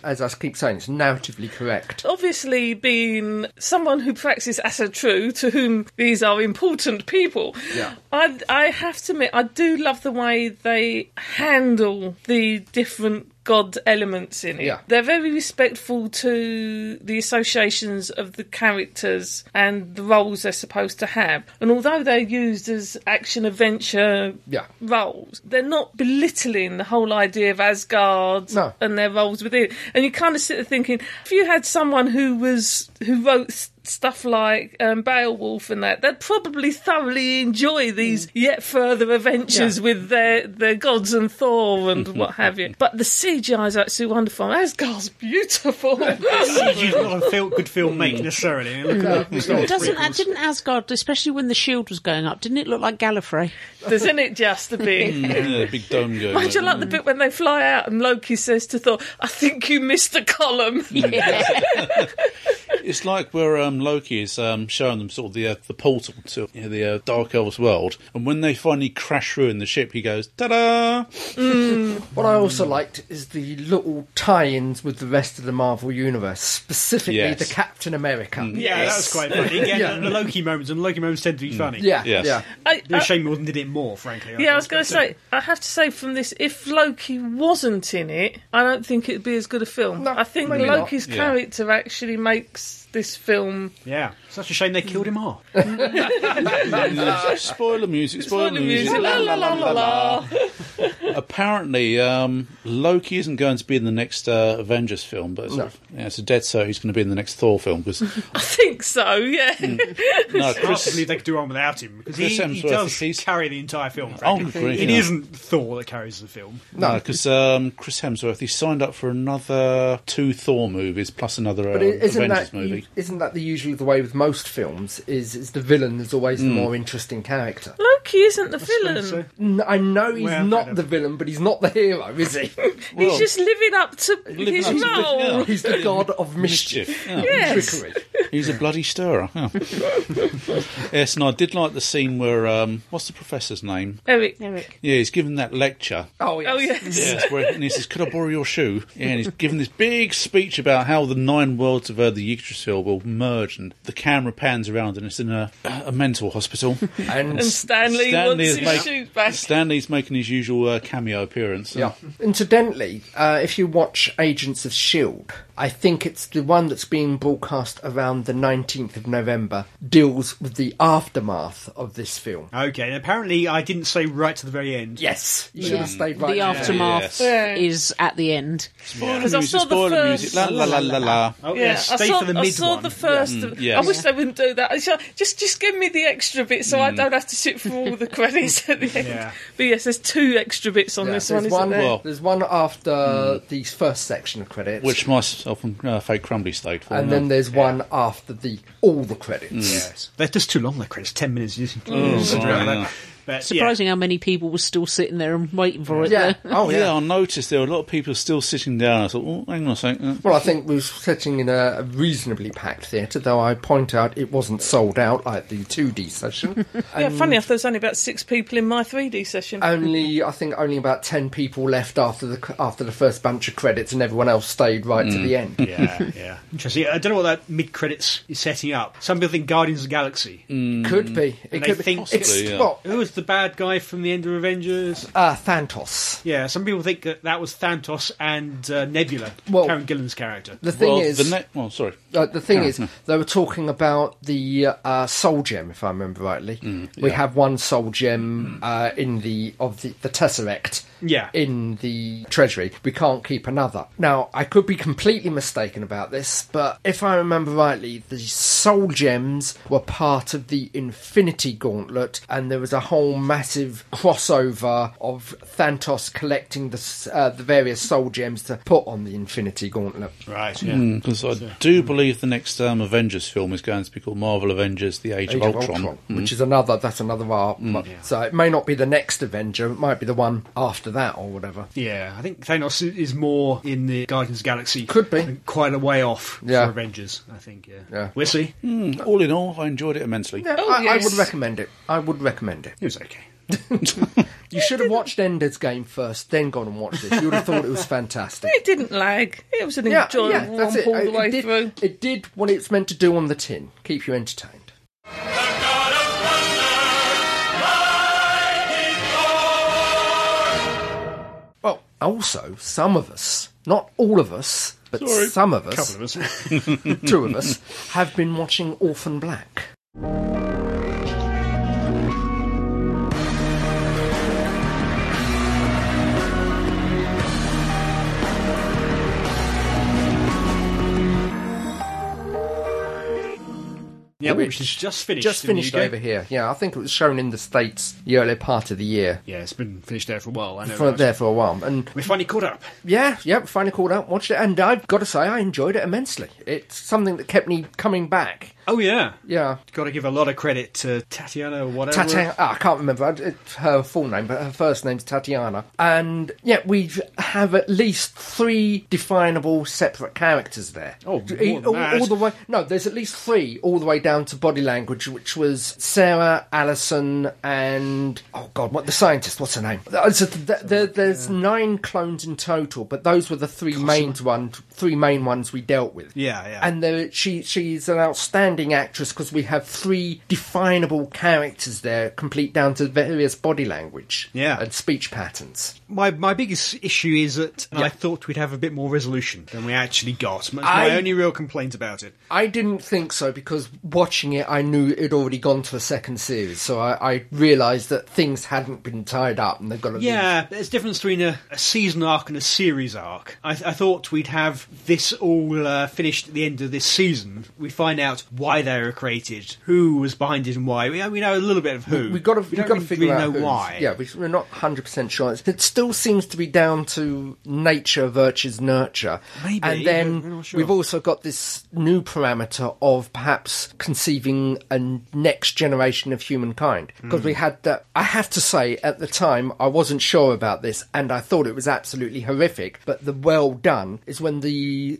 As I keep saying, it's narratively correct. Obviously, being someone who practices as a true, to whom these are important people, Yeah. I, I have to admit, I do love the way they handle the different god elements in it. Yeah. They're very respectful to the associations of the characters and the roles they're supposed to have. And although they're used as action adventure Yeah. roles, they're not belittling the whole idea of Asgard No. and their roles within. And you kind of sit there thinking, if you had someone who was who wrote s- stuff like um, Beowulf and that, they'd probably thoroughly enjoy these yet further adventures Mm. Yeah. with their their gods and Thor and what have you. But the CGI is absolutely wonderful. Asgard's beautiful. He's not a fil- good Hmm. film make necessarily. Look at the- Doesn't that, didn't Asgard, especially when the shield was going up, didn't it look like Gallifrey? Doesn't it just a bit? Yeah, the big dome going. Mind you, over. like Mm. the bit when they fly out and Loki says to Thor, "I think you missed a column." Yeah. It's like where um, Loki is um, showing them sort of the uh, the portal to you know, the uh, Dark Elves world, and when they finally crash through in the ship, he goes ta da. What I Mm. also liked is the little tie-ins with the rest of the Marvel universe, specifically Yes. Mm. the Captain America. Yeah, that was quite funny. Again, Yeah. the Loki moments, and Loki moments tend to Hmm. be funny. Yeah, Yes. yeah. I- It was I- a shame Morton did it more, frankly. Uh, Yeah, I was going to to say, I have to say from this, if Loki wasn't in it, I don't think it'd be as good a film. No, I think maybe not. Loki's Yeah. character actually makes this film. Yeah. Such a shame they killed him off. spoiler Uh, music, spoiler, Spoiler music. music. La, la, la, la, la. Apparently, um, Loki isn't going to be in the next uh, Avengers film, but it's, yeah, it's a dead cert he's going to be in the next Thor film because I think so, yeah. Hmm. no, Chris, Chris. believe they could do one without him because he, Chris he Hemsworth, does he's- carry the entire film. Oh, frankly. great, It yeah. not Thor that carries the film. No, because um, Chris Hemsworth he signed up for another two Thor movies plus another uh, But i- isn't Avengers that movie. isn't that the usually the way with most films? Is is the villain is always Mm. the more interesting character? Loki isn't the villain. So, N- I know he's Well, fair not enough. the villain, but he's not the hero, is he? Well, He's just living up to his up to- role. yeah. he's the god of mischief. mischief. Yeah. Yes. Trickery. He's a bloody stirrer. yeah. yes, and I did like the scene where um, what's the professor's name? Eric. Eric. Yeah, he's given that lecture. Oh yes. Oh, yes. Yes, where, and he says, "Could I borrow your shoe?" Yeah, and he's given this big speech about how the nine worlds of uh, the Yggdrasil will merge, and the camera pans around, and it's in a, a mental hospital. And, And Stanley, is wants his make- shoot back. Stanley's making his usual uh, cameo appearance. yeah. Incidentally, uh, if you watch Agents of Shield, I think it's the one that's being broadcast around the nineteenth of November. Deals with the aftermath of this film. okay, and apparently I didn't say right to the very end. Yes, you should have stayed right. the there. aftermath Yes. Yeah. is at the end. Spoiler Because I music, saw the spoiler first- music. La la la la la. Oh, Yeah, yes, I stay saw, for the I mid saw one. the first. Mm. yes. I wish they wouldn't do that. I shall- Just, just give me the extra bit so Mm. I don't have to sit for all the credits at the end. Yeah. But yes, there's two extra bits on Yeah, this there's one, isn't one, there? Well- There's one after the first section of credits, Which myself and uh, Fake Crumbly stayed for. and yeah. then there's one after the all the credits. Yes. They're just too long, their credits. Ten minutes. You Mm. consider right, that. yeah. But, Surprising how many people were still sitting there and waiting for it. Yeah. though. Oh yeah. yeah. I noticed there were a lot of people still sitting down. I thought, oh, hang on a second. Well, I think we were sitting in a a reasonably packed theatre, though I point out it wasn't sold out like the 2D session. yeah, funny enough, there was only about six people in my 3D session. only I think only about ten people left after the after the first bunch of credits, and everyone else stayed right to the end. Yeah, yeah. Interesting. I don't know what that mid credits is setting up. Some people think Guardians of the Galaxy. Mm. Could be. It And they could be. think- it's Possibly, yeah. not Who was the bad guy from the end of Avengers? uh, Thantos. Yeah, some people think that that was Thanos and uh, Nebula, Well- Karen Gillan's character. The thing well, is, the ne- well, sorry. Uh, the thing is, they were talking about the uh, soul gem, if I remember rightly. We have one soul gem uh, in the of the, the tesseract. Yeah. In the treasury, we can't keep another. Now, I could be completely mistaken about this, but if I remember rightly, the soul gems were part of the Infinity Gauntlet, and there was a whole massive crossover of Thantos collecting the s- uh, the various soul gems to put on the Infinity Gauntlet. Right, Mm. yeah. Because I do believe the next um, Avengers film is going to be called Marvel Avengers: The Age, Age of of Ultron. which is another that's another art. So it may not be the next Avenger, it might be the one after that or whatever. Yeah, I think Thanos i- is more in the Guardians of the Galaxy. Could be. and Quite a way off Yeah. for Avengers, I think. Yeah. Yeah. We'll see. Mm, All in all, I enjoyed it immensely. Yeah, Oh, I, I would yes. recommend it. I would recommend it. It was okay. You should have watched Ender's Game first, then gone and watched this. You would have thought it was fantastic. it didn't lag. It was an yeah, enjoyable yeah, that's romp it. all the It- way it, through. did, it did what it's meant to do on the tin: keep you entertained. The God of Thunder, mighty Thor. Well, also some of us, not all of us, but Sorry. some of A couple us, of us. two of us, have been watching Orphan Black. yeah, which is just finished. Just in the finished UK. over here. Yeah, I think it was shown in the states the early part of the year. Yeah, it's been finished there for a while. I know. for, that. there for a while. And We're finally caught up. yeah, yeah, finally called out, watched it, and I've got to say, I enjoyed it immensely. It's something that kept me coming back. Oh yeah. Yeah. Got to give a lot of credit to Tatiana or whatever. Tatiana, I can't remember uh, it's her full name, but her first name's Tatiana. And yeah, we have at least three definable separate characters there. Oh, more E- than all, that. all the way. No, there's at least three all the way down down to body language, which was Sarah, Allison, and oh god, what the scientist? What's her name? Uh, So th- th- there, there's nine clones in total, but those were the three main ones. Three main ones we dealt with. Yeah, yeah. And there, she she's an outstanding actress because we have three definable characters there, complete down to various body language, Yeah. and speech patterns. My my biggest issue is that I thought we'd have a bit more resolution than we actually got. That's my I- only real complaint about it. I didn't think so because watching it, I knew it had already gone to a second series, so I, I realised that things hadn't been tied up and they've got to Yeah, there's a difference between a, a season arc and a series arc. I, I thought we'd have this all uh, finished at the end of this season. We find out why they were created, who was behind it, and why. We, we know a little bit of who. Be, we got to We we don't got to really figure out know who's- why. Yeah, we, we're not hundred percent sure. It's- It still seems to be down to nature versus nurture. Maybe, and we're then not sure. we've also got this new parameter of perhaps conceiving a next generation of humankind Hmm. because we had that. I have to say, at the time, I wasn't sure about this, and I thought it was absolutely horrific. But the well done is when the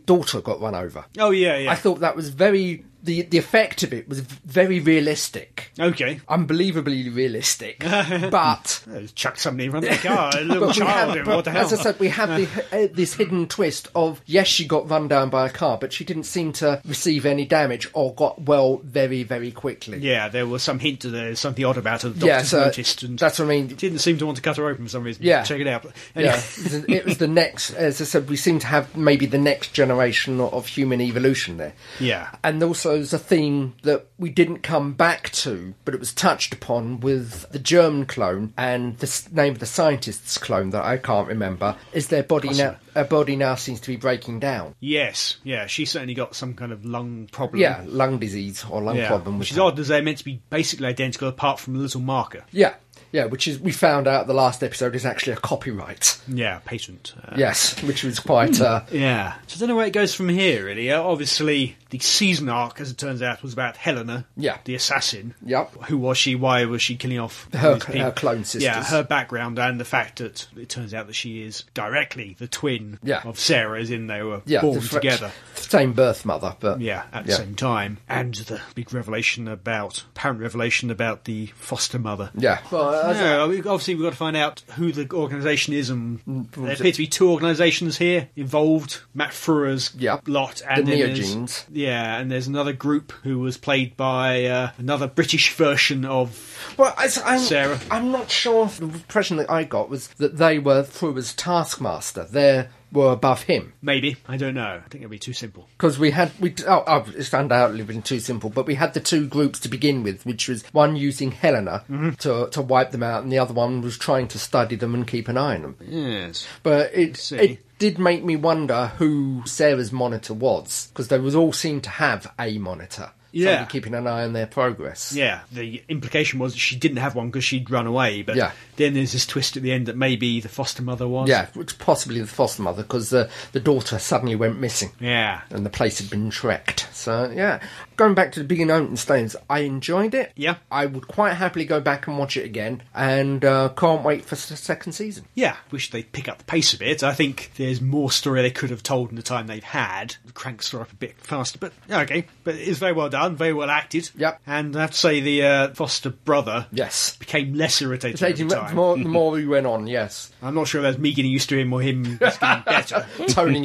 daughter got run over. Oh yeah, yeah. I thought that was very. The, the effect of it was very realistic okay. unbelievably realistic, but. Chuck somebody in front of the car, a little but we child. have- what the hell? As I said, we have the, uh, this hidden twist of yes, she got run down by a car, but she didn't seem to receive any damage or got well very, very quickly. yeah, there was some hint that there's something odd about her. The doctors Yeah, so noticed, and that's what I mean. didn't seem to want to cut her open for some reason. Yeah. check it out. Anyway. Yeah, it was the next. As I said, we seem to have maybe the next generation of human evolution there. Yeah. and also there's a theme that we didn't come back to, but it was touched upon with the German clone and the s- name of the scientist's clone that I can't remember. Is their body now? Her body now seems to be breaking down. Yes, yeah, she certainly got some kind of lung problem. Yeah, lung disease or lung yeah. problem. Which with is odd, as they're meant to be basically identical apart from a little marker. Yeah, yeah, which is we found out the last episode is actually a copyright. Yeah, patent. Uh, Yes, which was quite. Uh, yeah. So I don't know where it goes from here, really. Uh, obviously, the season arc, as it turns out, was about Helena, Yeah. the assassin. Yep. Who was she? Why was she killing off Her- all these people? her clone sisters. Yeah, her background and the fact that it turns out that she is directly the twin Yeah. of Sarah, as in they were yeah, born the fr- together. Same birth mother, but Yeah, at the same time. And the big revelation about, apparent revelation about the foster mother. Yeah. Well, uh, as- No, I mean, obviously we've got to find out who the organisation is, and Mm, there appear to be two organisations here involved: Matt Frewer's Yeah. lot and The then there's- Neogenes. Yeah, and there's another group who was played by uh, another British version of. Well, I, am Sarah. I'm not sure. The impression that I got was that they were through as taskmaster. They were above him Maybe I don't know. I think it'd be too simple. because we had we oh, oh it's undoubtedly been too simple. But we had the two groups to begin with, which was one using Helena Mm-hmm. to to wipe them out, and the other one was trying to study them and keep an eye on them. Yes. But it see. it did make me wonder who Sarah's monitor was because they was all seemed to have a monitor. Yeah. somebody keeping an eye on their progress. Yeah, the implication was that she didn't have one because she'd run away. But Yeah. then there's this twist at the end that maybe the foster mother was. Yeah, which possibly the foster mother, because the, the daughter suddenly went missing. Yeah. And the place had been tracked. So, yeah. Going back to the beginning of Open Stones, I enjoyed it. Yeah. I would quite happily go back and watch it again, and uh, can't wait for the second season. Yeah, wish they'd pick up the pace a bit. I think there's more story they could have told in the time they've had. The Cranks are up a bit faster, but yeah, okay. But it's very well done, very well acted. Yep. And I have to say, the uh, foster brother Yes. became less irritating Taking- over The time. more, the more we went on, yes. I'm not sure if that's me getting used to him or him just getting better. Toning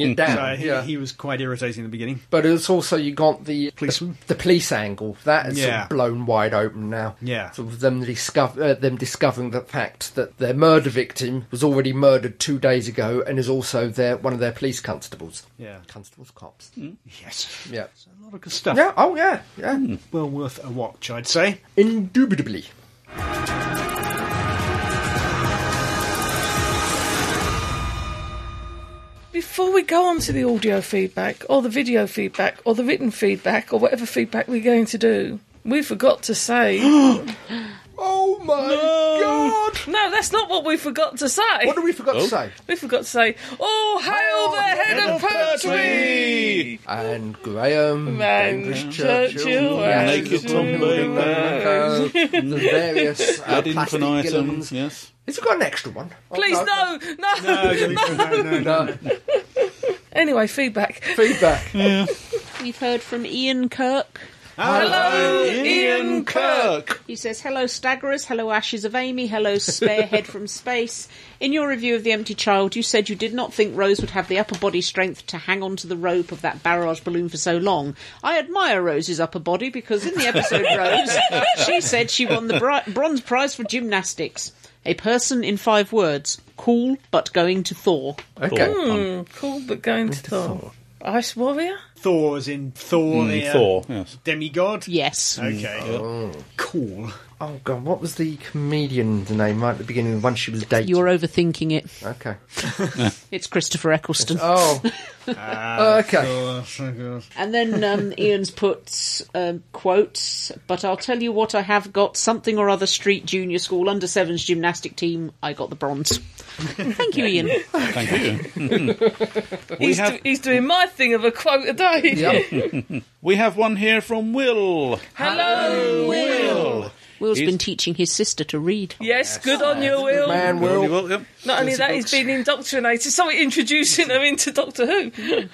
it down. So he, yeah. he was quite irritating in the beginning. but it's also, you got the Policeman? the, police angle. That is sort Yeah. of blown wide open now. Yeah. Sort of them, discover, uh, them discovering the fact that their murder victim was already murdered two days ago and is also their one of their police constables. Yeah. Hmm. Constables, cops. Yes. Yeah. A lot of good stuff. Yeah, oh yeah, yeah. Well worth a watch, I'd say. Indubitably. Before we go on to the audio feedback, or the video feedback, or the written feedback, or whatever feedback we're going to do, we forgot to say. no, Oh my god! that's not what we forgot to say. What do we forgot Oh. to say? We forgot to say, oh, hail the head, of Pertwee! And Graham, Man, Bainbridge Churchill, and Naked Tom Baker. Baker, the various uh, Ad plastic infinitum. gillums. Yes. Has it got an extra one? Oh, Please, no, no, no. Anyway, feedback. Feedback. We've heard from Ian Kirk, Hello, Ian Kirk. He says, Hello, Staggerers. Hello, Ashes of Amy. Hello, Sparehead from Space. In your review of The Empty Child, you said you did not think Rose would have the upper body strength to hang on to the rope of that barrage balloon for so long. I admire Rose's upper body because in the episode Rose, she said she won the bri- bronze prize for gymnastics. A person in five words. Cool, but going to Thor. Okay. um, Cool, but going to Thor. Ice Warrior? Thor as in Thor, the uh, Mm, Thor, yes. Mm. demigod. Yes. Okay. Cool. Oh god, what was the comedian's name right at the beginning? The one she was dating. You're overthinking it. Okay. It's Christopher Eccleston. Oh. Uh, okay. And then um, Ian's puts um, quotes, but I'll tell you what I have got something or other street junior school under sevens gymnastic team. I got the bronze. Thank you, Ian. Hmm. Thank you. Hmm. we He's, have do- he's doing my thing of a quote a day. Yep. we have one here from Will. Hello, Will. Will's He's- been teaching his sister to read. Yes, good on you, Will. Man, Will. yep. Not only that, he's been indoctrinated. Somebody introducing him into Doctor Who.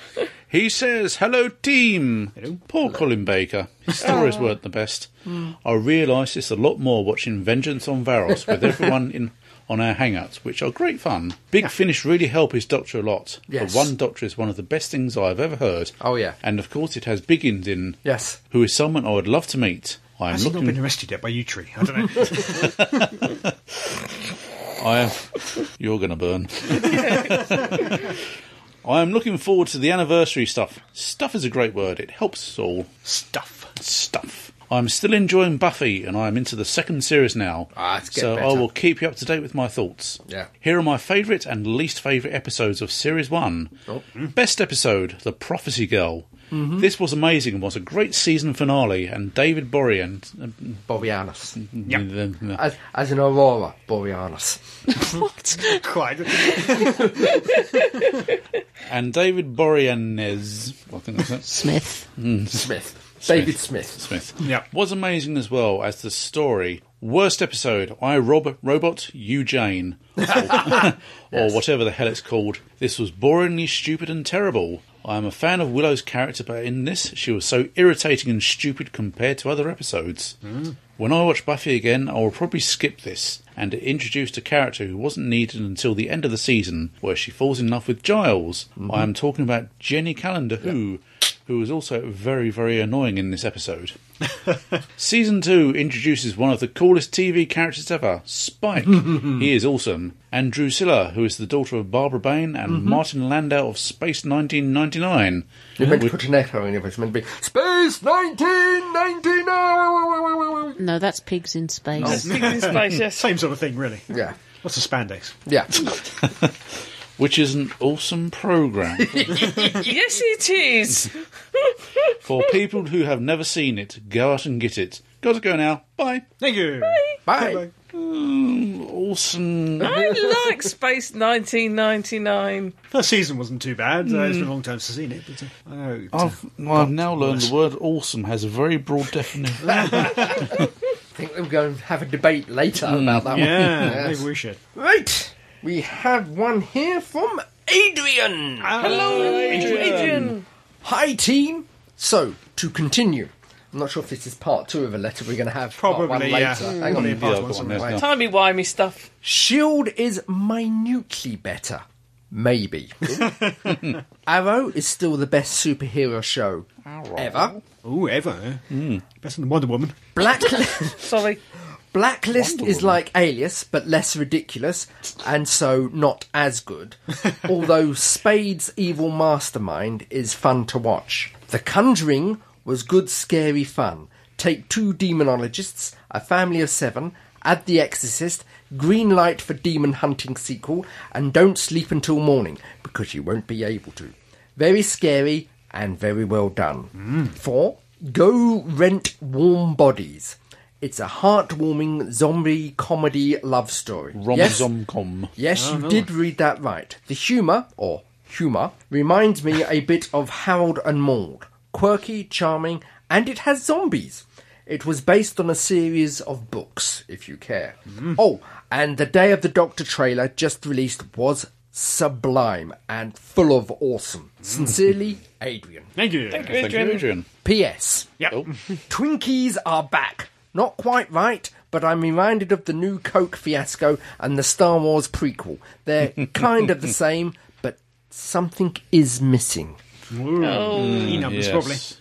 He says, Hello, team. Poor Colin Baker. His stories Oh. weren't the best. Hmm. I realised this a lot more watching Vengeance on Varos with everyone in on our Hangouts, which are great fun. Big Finish really helped his Doctor a lot. Yes. The One Doctor is one of the best things I've ever heard. Oh, yeah. And of course, it has Biggins in, Yes. who is someone I would love to meet. I am Has he not looking. been arrested yet by you tree? I don't know. I am. You're going to burn. I am looking forward to the anniversary stuff. Stuff is a great word. It helps us all. Stuff. stuff. I'm still enjoying Buffy, and I'm into the second series now. Ah, it's so getting I better. will keep you up to date with my thoughts. Yeah. Here are my favourite and least favourite episodes of series one. Oh, mm. Best episode: The Prophecy Girl. Mm-hmm. This was amazing and was a great season finale. And David Borean, uh, Borealis. yeah. As, as an Aurora, Borealis. What? Quite. and David Boreanaz, I think that's it. Smith. Smith. David Smith. Smith. Yep. Was amazing as well as the story. Worst episode, I Rob- Robot, You Jane. Or, or whatever the hell it's called. This was boringly stupid and terrible. I am a fan of Willow's character, but in this, she was so irritating and stupid compared to other episodes. When I watch Buffy again, I will probably skip this, and it introduced a character who wasn't needed until the end of the season, where she falls in love with Giles. I am talking about Jenny Calendar, who, who was also very, very annoying in this episode. Season 2 introduces one of the coolest TV characters ever, Spike. he is awesome. And Drusilla, who is the daughter of Barbara Bain and Martin Landau of Space 1999. You're meant to put an echo in it, but it's meant to be Space 1999! No, that's pigs in space. Speaking in space, yes. Same sort of thing, really. Yeah. Lots of spandex. Yeah. Which is an awesome program. Yes, it is. For people who have never seen it, go out and get it. Gotta go now. Bye. Thank you. Bye. Awesome. I like Space 1999. First season wasn't too bad. Uh, it's been a long time since I've seen it. But, uh, I know it's, uh, I've, well, I've now learned the word awesome has a very broad definition. I think we're going to have a debate later about that Mm. one. yeah, maybe we should. Right. We have one here from Adrian. Uh, Hello. Adrian. Um, Hi, team. So, to continue. I'm not sure if this is part two of a letter we're going to have. part one Probably, later. yeah. Mm. Hang on. Probably Yeah, part go one on, there's somewhere. no- Timey-wimey stuff. Shield is minutely better. Maybe. Arrow is still the best superhero show ever. Ooh, ever. Better than Wonder Woman. Black Sorry. Blacklist is like Alias, but less ridiculous, and so not as good. Although Spade's Evil Mastermind is fun to watch. The Conjuring was good, scary fun. Take two demonologists, a family of seven, add The Exorcist, green light for demon hunting sequel, and don't sleep until morning, because you won't be able to. Very scary and very well done. Four, go rent Warm Bodies. It's a heartwarming zombie comedy love story. Rom yes, Zomcom. yes you did read that right. The humour, or humour, reminds me a bit of Harold and Maude. Quirky, charming, and it has zombies. It was based on a series of books, if you care. Oh, and the Day of the Doctor trailer just released was sublime, and full of awesome. Sincerely, Adrian. Thank you. Thank you, Adrian. P.S. Yep. Twinkies are back. Not quite right, but I'm reminded of the new Coke fiasco and the Star Wars prequel. They're kind of the same, but something is missing. Ooh. Oh, E numbers, Yes.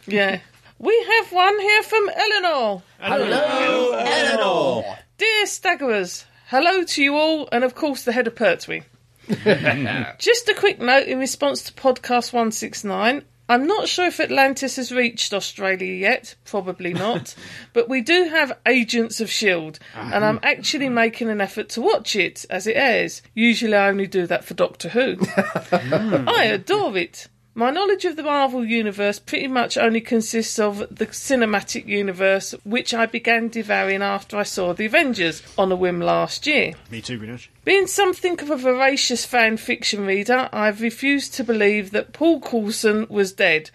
probably. yeah. We have one here from Eleanor. Hello, Eleanor. Dear Staggerers, hello to you all, and of course the head of Pertwee. Just a quick note in response to podcast 169. I'm not sure if Atlantis has reached Australia yet, probably not, but we do have Agents of S.H.I.E.L.D., E and I'm Ah. actually making an effort to watch it as it airs. Usually I only do that for Doctor Who. I adore it. My knowledge of the Marvel Universe pretty much only consists of the cinematic universe, which I began devouring after I saw The Avengers on a whim last year. Me too, pretty much. Being something of a voracious fan fiction reader, I've refused to believe that Paul Coulson was dead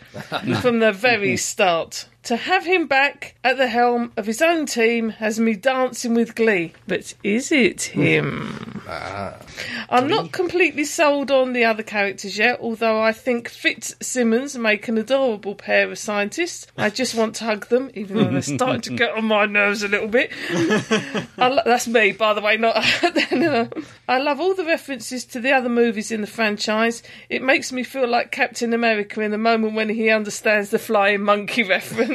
from the very start. To have him back at the helm of his own team has me dancing with glee. But is it him? I'm not completely sold on the other characters yet, although I think Fitzsimmons make an adorable pair of scientists. I just want to hug them, even though they're starting to get on my nerves a little bit. I lo- that's me, by the way, not. no. I love all the references to the other movies in the franchise. It makes me feel like Captain America in the moment when he understands the flying monkey reference.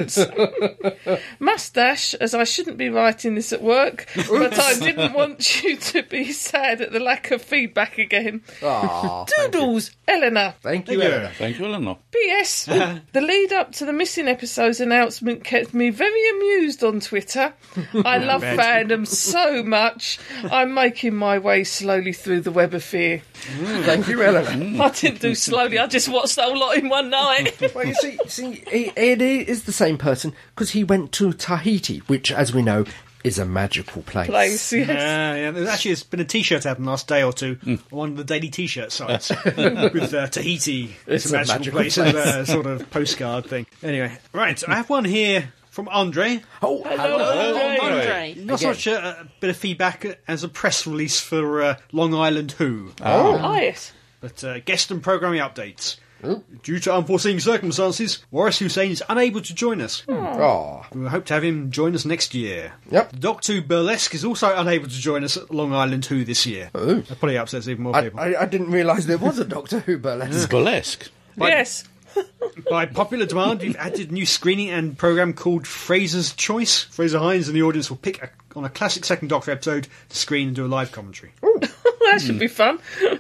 Mustache, as I shouldn't be writing this at work, but I didn't want you to be sad at the lack of feedback again. Aw, Doodles, Eleanor. thank you, Eleanor. Thank you, Eleanor. P.S. the lead up to the missing episode's announcement kept me very amused on Twitter. I love fandom so much. I'm making my way slowly through the web of fear. Thank you, Eleanor. I didn't do slowly. I just watched the whole lot in one night. Well, you see, see, it, it is the same person because he went to Tahiti, which, as we know, is a magical place. Place. yes. Yeah, yeah. There's actually there's been a T-shirt out in the last day or two on one of the daily T-shirt sites with uh, Tahiti. It's a a magical place, as a sort of postcard thing. Anyway, right. I have one here from Andre. Oh, hello. Oh, Andre. Not Again. such a, a bit of feedback as a press release for uh, Long Island Who, Oh, yes. but uh, guest and programming updates. Due to unforeseen circumstances, Waris Hussein is unable to join us. Hmm. Aw. We hope to have him join us next year. Yep. Doctor Who Burlesque is also unable to join us at Long Island 2 this year. That probably upsets even more Oh. I, people. I, I didn't realise there was a Doctor Who burlesque. Burlesque. Yes. By popular demand, we've added new screening and program called Fraser's Choice. Fraser Hines and the audience will pick a, on a classic Second Doctor episode to screen and do a live commentary. that should be fun.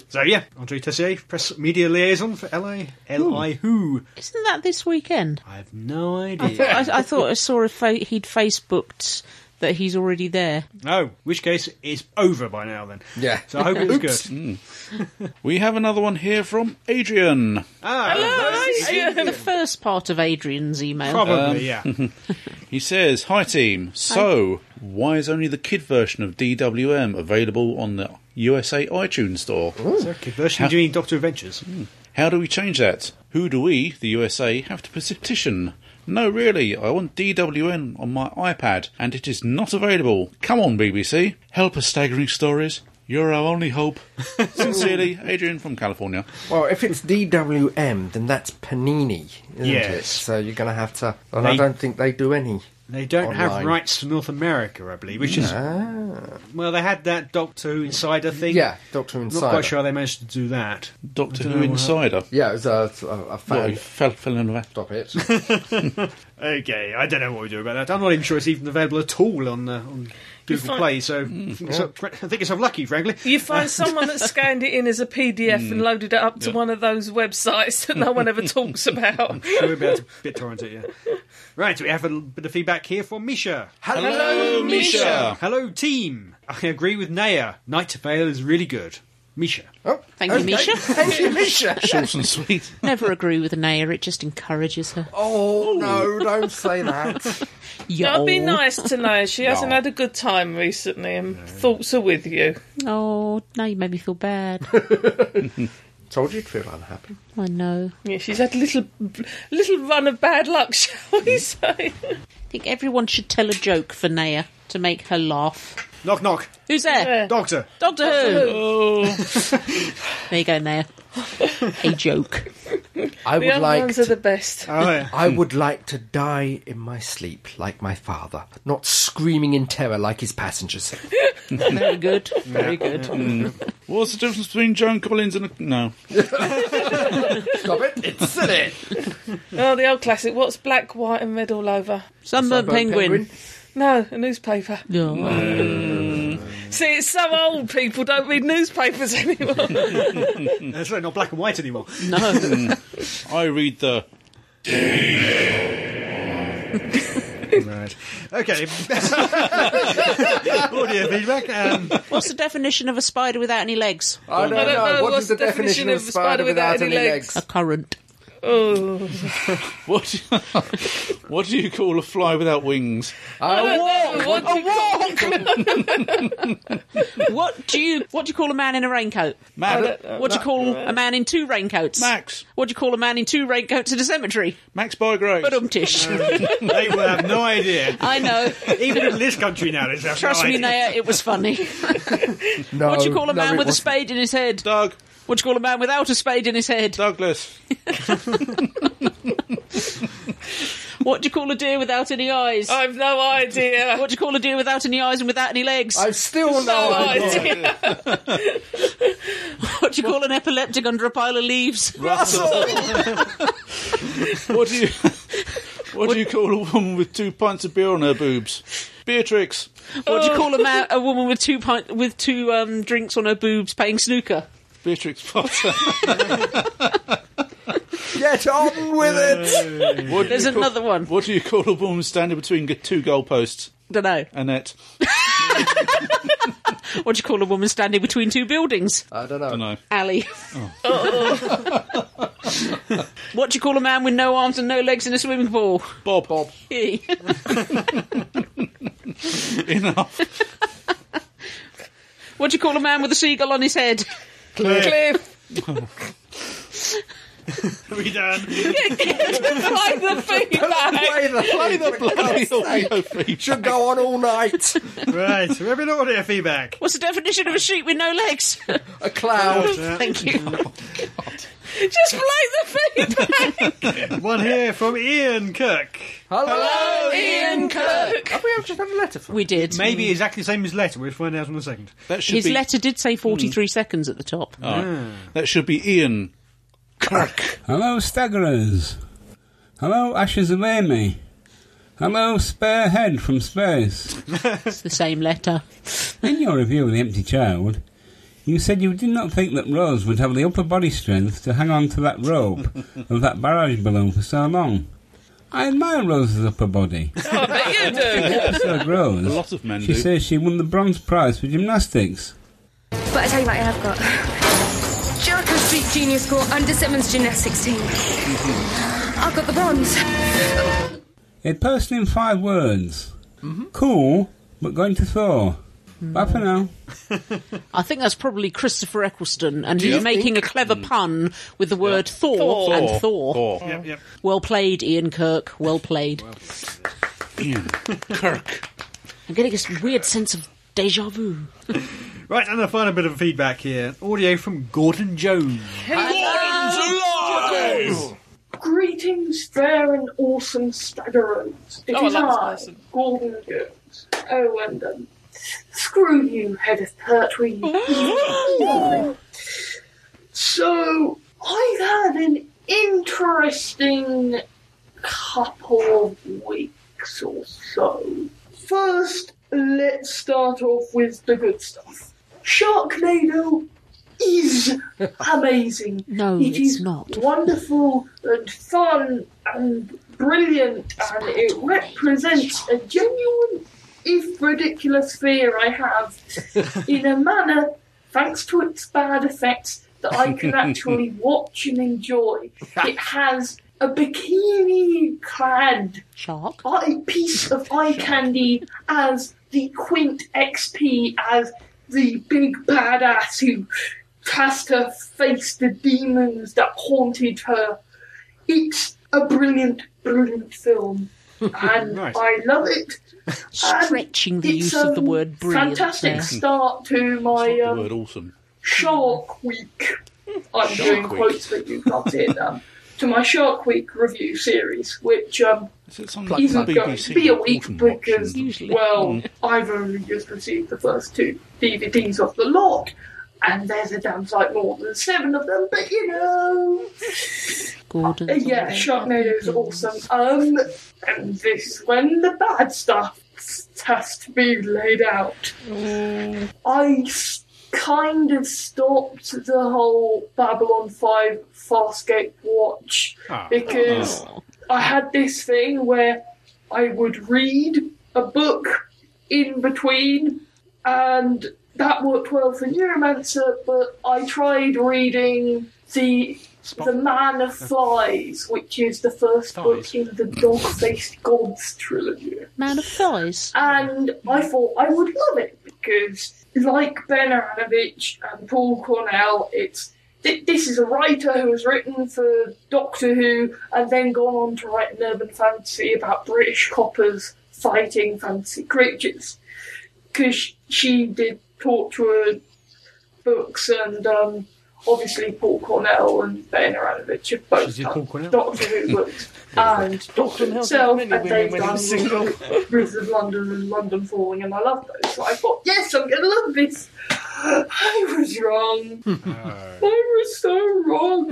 So yeah, Andre Tessier, press media liaison for LA, LI Who. Isn't that this weekend? I have no idea. I, I thought I saw a fa- he'd Facebooked that he's already there. no, Oh, which case it's over by now then. Yeah. So I hope it was Oops. good. We have another one here from Adrian. The first part of Adrian's email. Probably, Um, yeah. He says, Hi team, so why is only the kid version of DWM available on the USA iTunes store? So, okay, version doing Doctor Adventures. How do we change that? Who do we, the USA, have to petition? No, really, I want DWN on my iPad, and it is not available. Come on, BBC. Help us, staggering stories. You're our only hope. Sincerely, Adrian from California. Well, if it's DWM, then that's Panini, isn't it? Yes. So you're going to have to. And I They- don't think they do any. They don't have Online. Ah. rights to North America, I believe, which is well, they had that Doctor Who Insider thing. Yeah, Doctor not Insider. quite sure how they managed to do that. Doctor Who Insider. Yeah, it was a, a, a fan. What, he fell, fell in love. Stop it. Okay, I don't know what we do about that. I'm not even sure it's even available at all on uh, on Google find- Play. So I think it's- I think it's lucky, frankly. You find someone that scanned it in as a PDF and loaded it up to one of those websites that no one ever talks about. Sure, we'll be able to BitTorrent it. Yeah. Right, we have a little bit of feedback here from Misha. Hello, Misha! Hello, team. I agree with Naya. Night Vale is really good. Misha. Oh, Thank you, Misha. Thank you, Misha. Short and sweet. Never agree with Naya, it just encourages her. Oh, no, don't say that. That'd be Yo. nice to know. She hasn't had a good time recently, and thoughts are with you. Oh, now you made me feel bad. Told you to feel unhappy. I know. Yeah, she's had a little, little run of bad luck, shall we say? I think everyone should tell a joke for Naya. to make her laugh. Knock, knock. Who's there? Yeah. Doctor. Doctor Who. Oh. There you go, Naya. A joke. I The would other like ones are to, the best. Oh, yeah. I would like to die in my sleep like my father, not screaming in terror like his passengers. Very good. Very good. What's the difference between Joan Collins and a... No. Stop it! It's silly. Oh, the old classic. What's black, white, and red all over? Sunburnt penguin. No, a newspaper. Oh. See, it's so old. People don't read newspapers anymore. That's right, not black and white anymore. I read the... Right. Okay. Audio feedback. Um, What's the definition of a spider without any legs? I don't, know. What what's is the definition of a spider without, any legs? A current. oh. What do, what do you call a fly without wings? I, Oh, What do you call- What do you what do you call a man in a raincoat? Max, What do you call a man in two raincoats? Max. What do you call a man in two raincoats at a cemetery? Max Bygrave. um, Badumtish. they will have no idea. I know. Even in this country now, they have Trust no me, idea. Naya, it was funny. no, What do you call a Oh, no, man it with a wasn't. spade in his head? Doug. What do you call a man without a spade in his head? Douglas. What do you call a deer without any eyes? I've no idea. What do you call a deer without any eyes and without any legs? I've still No no idea. idea. What do you call an epileptic under a pile of leaves? Russell. what do you... What do you call a woman with two pints of beer on her boobs? Beatrix. What do you call a man, a woman with two pint, with two um, drinks on her boobs playing snooker? Beatrix Potter. Get on with it. What do There's you call- another one. What do you call a woman standing between g- two goalposts? Don't know. Annette. What do you call a woman standing between two buildings? I don't know. I know. Alley. what do you call a man with no arms and no legs in a swimming pool? Bob. Bob. He. Enough. What do you call a man with a seagull on his head? Cliff, We done. like the feedback. Play the play the bloody Audio Should feedback. go on all night. Right, so we're in audio feedback. What's the definition of a sheep with no legs? A cloud. Thank you. Just play the feedback. One here from Ian Kirk. Hello. Ian Kirk. Have we actually had a letter from? We did. Maybe exactly the same as letter. We'll find out in a second. That should His be Hmm. Oh. letter did say 43 seconds at the top. that should be Ian. Kirk. Hello, staggerers. Hello, ashes of Amy. Hello, spare head from space. It's the same letter. In your review of The Empty Child, you said you did not think that Rose would have the upper body strength to hang on to that rope of that barrage balloon for so long. I admire Rose's upper body. I bet you do. So grows. A lot of men She do. says she won the bronze prize for gymnastics. But I tell you what I have got. Jericho Street Junior School under Simmons Gymnastics team. Mm-hmm. I've got the bronze. A person in five words. Mm-hmm. Cool, but going to Thor. Bye for now. I think that's probably Christopher Eccleston, and he's making a clever Hmm. pun with the word Thor, and Thor. Oh. Thor. Yep, yep. Well played, Ian Kirk. Well played. Ian. Kirk. I'm getting this weird sense of deja vu. Right, and a final bit of feedback here. Audio from Gordon Jones. Greetings, fair and awesome staggerers. It is Oh, I like this I, person. Gordon Jones. Oh, and um, screw you, head of pertwee. so, I've had an interesting couple of weeks or so. First, let's start off with the good stuff. Sharknado is amazing. No, It it's is not. Wonderful and fun and brilliant, and it represents a genuine, if ridiculous, fear I have in a manner, thanks to its bad effects, that I can actually watch and enjoy. It has a bikini clad Shark? eye piece of eye candy as the Quint XP as the big badass who has to face the demons that haunted her. It's a brilliant, brilliant film. and Nice. I love it. Stretching the um, It's, use of the um, word brilliant. Fantastic there. start to my The um, word awesome. Shark Week. I'm Shark doing Week. quotes that you can't hear now. To my Shark Week review series, which um, Is it something isn't like going BBC to be a or week Autumn Watch because, and- well, I've only just received the first two DVDs of the lot, and there's a damn sight more than seven of them, but you know. Gordon. Uh, yeah, Sharknado is awesome. Um, and this is when the bad stuff has to be laid out. I s- kind of stopped the whole Babylon 5 Farscape watch Ah. because Oh. I had this thing where I would read a book in between and that worked well for Neuromancer, but I tried reading the The Man of Flies, which is the first book in the Dog Faced Gods trilogy. Man of Thighs. And I thought I would love it because, like Ben Aronovich and Paul Cornell, it's thi- this is a writer who has written for Doctor Who and then gone on to write an urban fantasy about British coppers fighting fantasy creatures. Because she did Torchwood books and um, obviously Paul Cornell and Ben Aronovich have both She did done Paul Cornell? Doctor Who books and Doctor himself and they've done Rivers of London and London Falling and I love those. So I thought, yes, I'm going to love this. I was wrong. I was so wrong.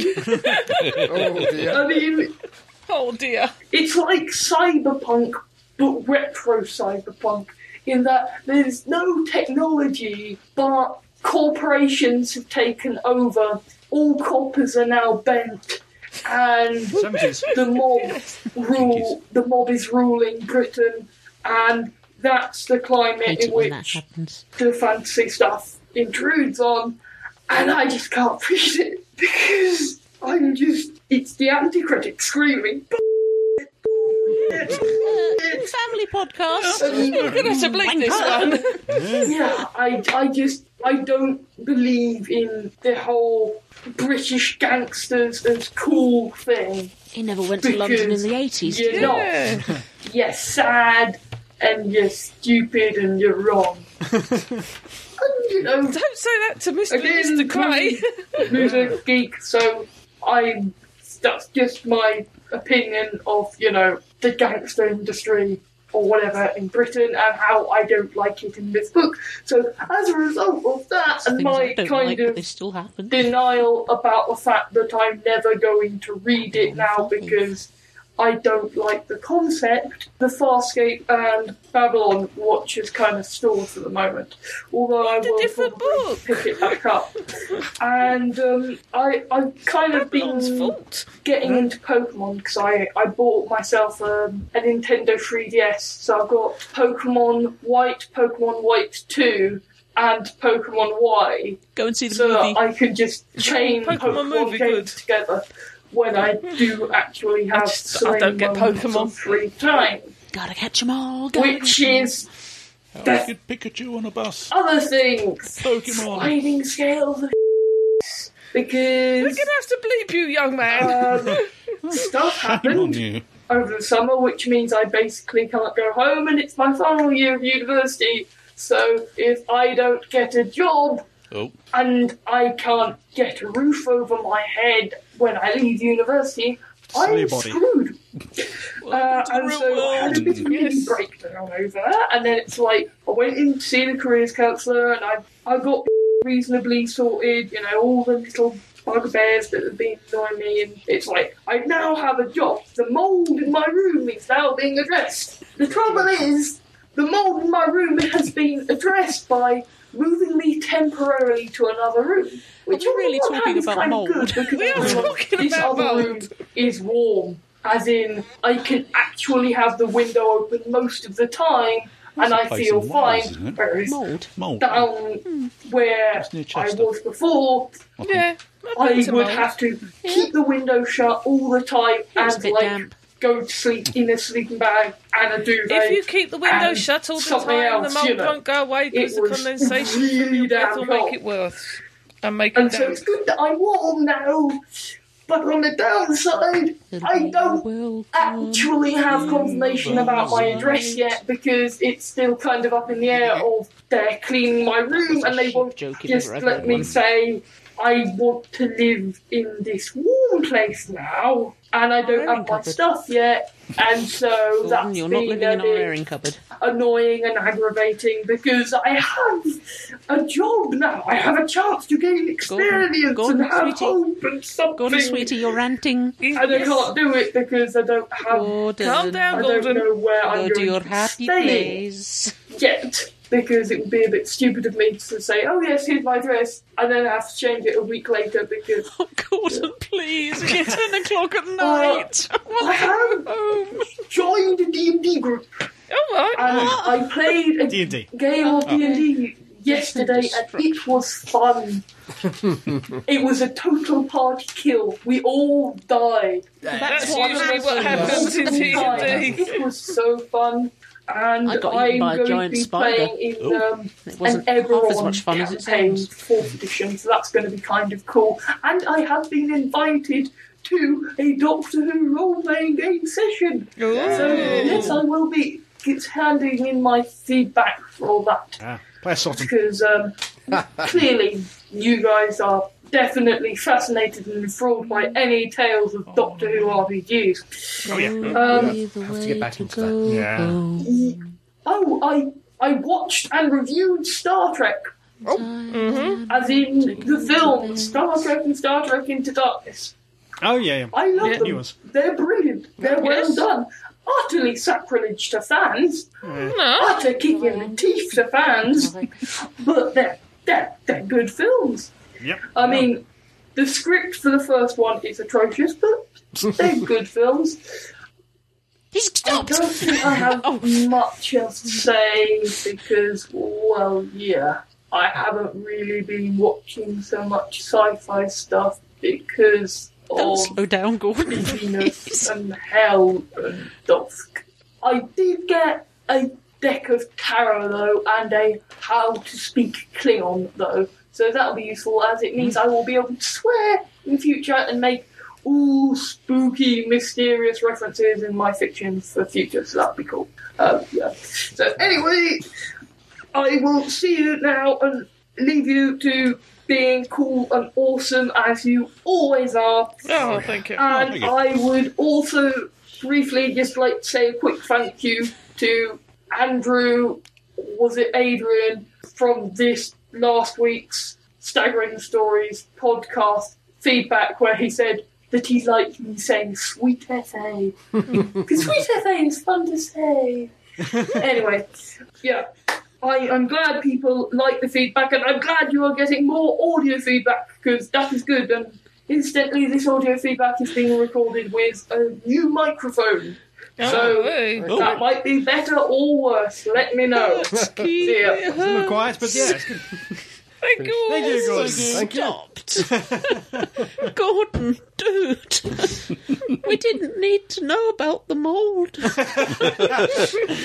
Oh, dear. I mean, oh dear. It's like cyberpunk, but retro cyberpunk, in that there's no technology, but corporations have taken over. All coppers are now bent, and the mob rule. The mob is ruling Britain, and that's the climate Hate in it when that which happens. the fantasy stuff intrudes on, and I just can't read it because I'm just. It's the anti critic screaming. Uh, Family podcast. You're gonna have to bleep this one. yeah, I, I just I don't believe in the whole British gangsters as cool thing. He never went to London in the 80s, You're did he? not. you're sad and you're stupid and you're wrong. Don't say that to Mr. Mr. Gray. who's a geek, so I that's just my opinion of you know the gangster industry or whatever in Britain and how I don't like it in this book. So as a result of that and Things I my don't kind like, of but they still happen. denial about the fact that I'm never going to read it now because I don't like the concept. The Farscape and Babylon Watch is kind of stalled for the moment, although I will probably pick it back up. and um, I, I've kind of Mm. been getting into Pokemon because I, I bought myself um, a Nintendo 3DS, so I've got Pokemon White, Pokemon White 2, and Pokemon Y. Go and see the so movie. that I can just chain Pokemon, games together when I do actually have I don't get Pokemon free time. Gotta catch 'em all. Gotta Which is Oh, good Pikachu on a bus. other things. Pokemon. Sliding scales of because we're gonna have to bleep you, young man. Um, stuff Shame on happened you. over the summer, which means I basically can't go home, and it's my final year of university. So if I don't get a job, Oh, and I can't get a roof over my head when I leave university, Silly I'm body. screwed. Uh, and so I had a bit of a mini breakdown over that, and then it's like I went in to see the careers counsellor, and I I got reasonably sorted, you know, all the little bugbears that have been annoying me, and it's like I now have a job. The mould in my room is now being addressed. The trouble is, the mould in my room has been addressed by moving me temporarily to another room. Which are really talking about mould? We are talking this about other room is warm, as in I can actually have the window open most of the time, That's and a I place feel in Wales, isn't fine. it? Whereas Mould. Mould. down where near I Chester. was before, Yeah, I been would to mould. have to keep the window shut all the time was a and bit like damp. go to sleep in a sleeping bag and a duvet. If you keep the window and shut all the something time, else, the mold you know. won't go away because It the was condensation really from your breath damn will hot. make it worse and make it And so damp. it's good that I'm warm now. But on the downside, I don't actually have confirmation about my address yet because it's still kind of up in the air of they're cleaning my room and they won't joke if just ever I've let heard me one. say I want to live in this warm place now and I don't have my stuff yet and so that's You're not been living a in our bit airing cupboard. annoying and aggravating because I have a job now. I have a chance to gain experience Gordon, and have sweetie. hope and something. Gordon, sweetie, you're ranting. And I can't do it because I don't have. Calm down, I don't Gordon. know where Go I'm to going your to happy stay place. yet because it would be a bit stupid of me to say, "Oh yes, here's my address," and then I have to change it a week later because. Oh, Gordon, please! It's ten o'clock at night. I have joined a D and D group. All right. And I played a D&D. game of Oh. D and D yesterday, and it was fun. It was a total party kill. We all died. That's That's what usually what happens in We all D&D. died. It was so fun, and I got am eaten by a going giant to be spider. playing in Oh. um, It wasn't an half as Eberron much fun as it campaign sounds. fourth edition, so that's going to be kind of cool. And I have been invited to a Doctor Who role-playing game session. So yes, I will be. It's handing in my feedback for all that Ah, play a sort of. because um, clearly you guys are definitely fascinated and enthralled by any tales of Doctor Who RPGs. Oh yeah, Um, have to get back into that. Yeah. y- oh, I I watched and reviewed Star Trek. Oh. As in the film Star Trek and Star Trek Into Darkness. Oh yeah, yeah. I love Yeah. New them. ones. They're brilliant. They're well Yes. done. Utterly sacrilege to fans. Utter kicking in the teeth to fans. But they're, they're, they're good films. Yep. I mean, the script for the first one is atrocious, but they're good films. He's stopped. I don't think I have much else to say because, well, yeah, I haven't really been watching so much sci-fi stuff because Don't of slow down, Gordon. Venus and Hell and Dusk. I did get a deck of tarot though and a how to speak Klingon though, so that'll be useful as it means I will be able to swear in future and make all spooky, mysterious references in my fiction for future, so that'll be cool. Um, yeah. So anyway, I will see you now and leave you to being cool and awesome as you always are. Oh, thank you. And Oh, thank you. I would also briefly just like to say a quick thank you to Andrew, was it Adrian, from this last week's Staggering Stories podcast feedback where he said that he liked me saying sweet essay. Because sweet essay is fun to say. anyway, yeah. I, I'm glad people like the feedback, and I'm glad you are getting more audio feedback because that is good. And incidentally, this audio feedback is being recorded with a new microphone. so Oh, hey. that might be better or worse. Let me know. Yeah. Not quiet, but yeah, it's good. Thank you. Thank you, Gordon. Thank you. Gordon, dude, we didn't need to know about the mould.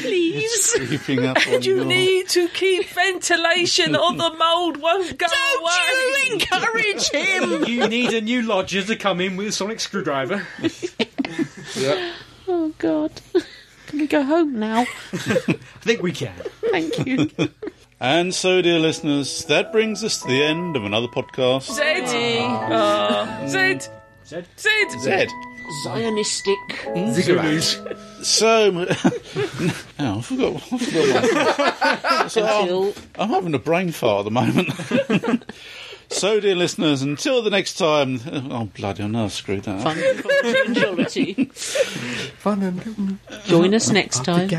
Please. Creeping up on And you your- need to keep ventilation or the mould won't go away. Don't encourage him! You need a new lodger to come in with a sonic screwdriver. Yeah. Oh, God. Can we go home now? I think we can. Thank you. And so, dear listeners, that brings us to the end of another podcast. Zed. Oh. Zed. Zed. Zed. Zed. Zionistic. So, m- oh, I forgot. I forgot one. so Oh. I'm, I'm having a brain fart at the moment. so, dear listeners, until the next time. Oh, bloody hell, no, I screwed that up. Jollity. Fun and Join us next time.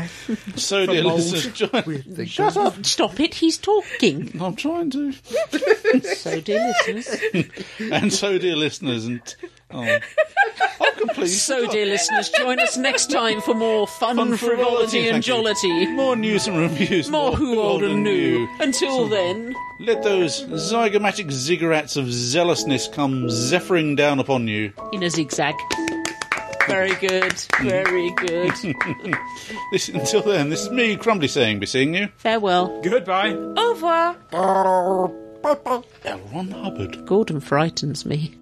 So, dear Mould. listeners, join, Shut up. Stop it, he's talking. I'm trying to. so, dear listeners. and so, dear listeners, and oh, So, dear listeners, join us next time for more fun, Fun, frivolity, frivolity, and thank you. jollity. more news and reviews. More who old and new. Until then, Let those zygomatic ziggurats of zealousness come zephyring down upon you. in a zigzag. Very good. Very good. This, until then, this is me, Crumbly, saying, be seeing you. Farewell. Goodbye. Au revoir. L. Ron Hubbard. Gordon frightens me.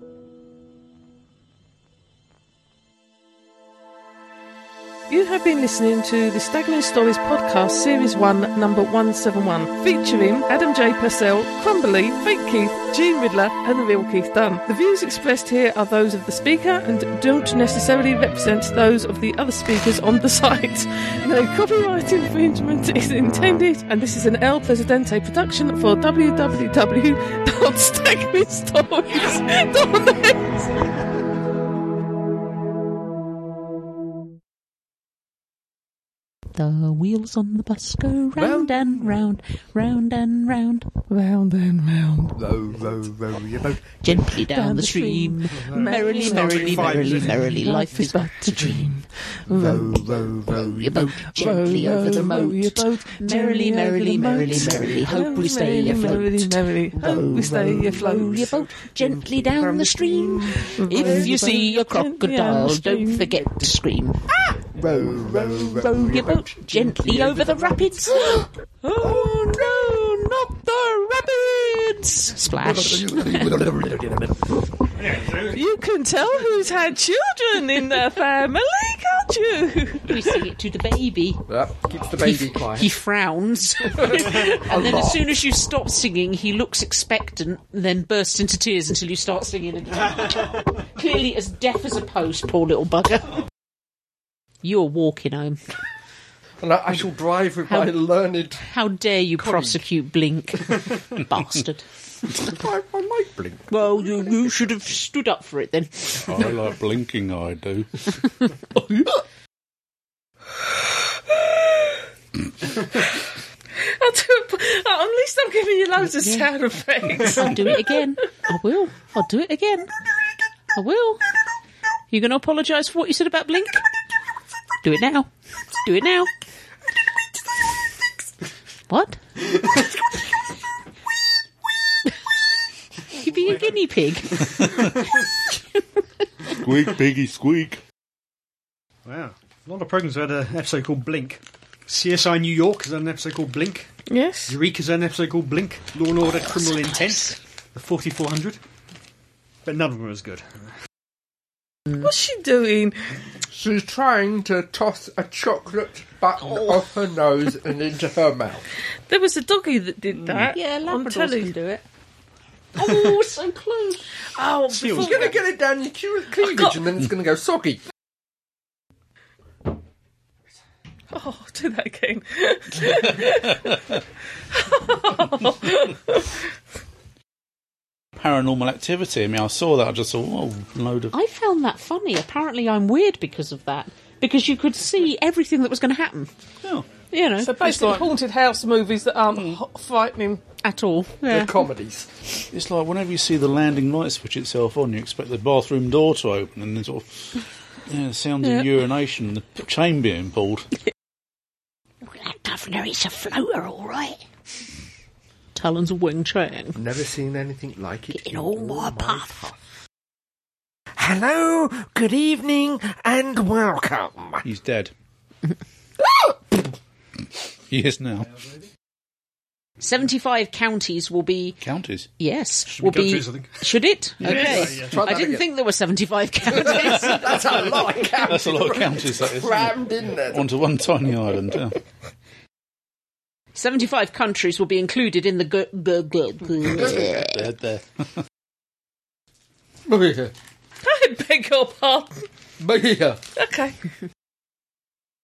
You have been listening to the Staggering Stories podcast, series one, number 171, featuring Adam J. Purcell, Crumbly, Fake Keith, Gene Riddler, and the real Keith Dunn. The views expressed here are those of the speaker and don't necessarily represent those of the other speakers on the site. No copyright infringement is intended, and this is an El Presidente production for www.staggeringstories.net. The wheels on the bus go round and round, round and round, round and round. Row, row, row your boat. Gently down, the stream, merrily, merrily, merrily, merrily, life is but a dream. Row, row, row your boat. Gently Row, over the row, row your moat, boat. merrily, merrily, merrily, merrily, hope we stay afloat. merrily, Oh, hope we stay Row afloat. your boat oh, gently down the stream. If you see a crocodile, don't forget to scream. Row, row, row, Ah! Row your boat gently over the rapids. oh no, not the rapids! Splash. You can tell who's had children in their family, can't you? We sing it to the baby. That keeps the He- baby quiet. He frowns. and then lot. as soon as you stop singing, he looks expectant and then bursts into tears until you start singing again. Clearly as deaf as a post, poor little bugger. You're walking home. and I, I shall drive with How- my learned. How dare you prosecute Blink, bastard. I, I like Blink. Well, you, you should have stood up for it then. I like blinking, I do. I'll do it. At least I'm giving you loads of Yeah. sound effects. I'll do it again. I will. I'll do it again. I will. You going to apologise for what you said about Blink? Do it now. Do it now. What? you be a guinea pig. Squeak, piggy, squeak. Wow. A lot of programs had an episode called Blink. CSI New York has had an episode called Blink. Yes. Eureka's had an episode called Blink. Law and Order Criminal Intent. The 4400. But none of them was good. What's she doing? She's trying to toss a chocolate button Oh. off her nose and into her mouth. There was a doggy that did that. Yeah, on Labradors can telly. do it. Oh, so close. Oh, Seals before- You're going to get it down your cute cleavage got- and then it's going to go soggy. oh, do that again. Paranormal activity. I mean, I saw that. I just thought, oh, load of. I found that funny. Apparently, I'm weird because of that. Because you could see everything that was going to happen. Oh. You know, So basically, haunted house movies that aren't Mm. ho- frightening. at all. They're Yeah. comedies. It's like whenever you see the landing light switch itself on, you expect the bathroom door to open and the sort of yeah, the sounds Yeah. of urination and the chain being pulled. That governor is a floater, all right. Talons of Wing Chang. Never seen anything like it In all my path. Hello, good evening, and welcome. He's dead. he is now. 75 counties will be, Counties. yes, we will go be. through something? Should it? Okay. Try I that didn't again. think there were 75 counties. That's a lot of counties. That's a lot of counties, that is, isn't it? Crammed in there. Onto one tiny island. yeah. 75 countries will be included in the. G- g- g- Dead there. Maria, I beg your pardon. Maria, Okay.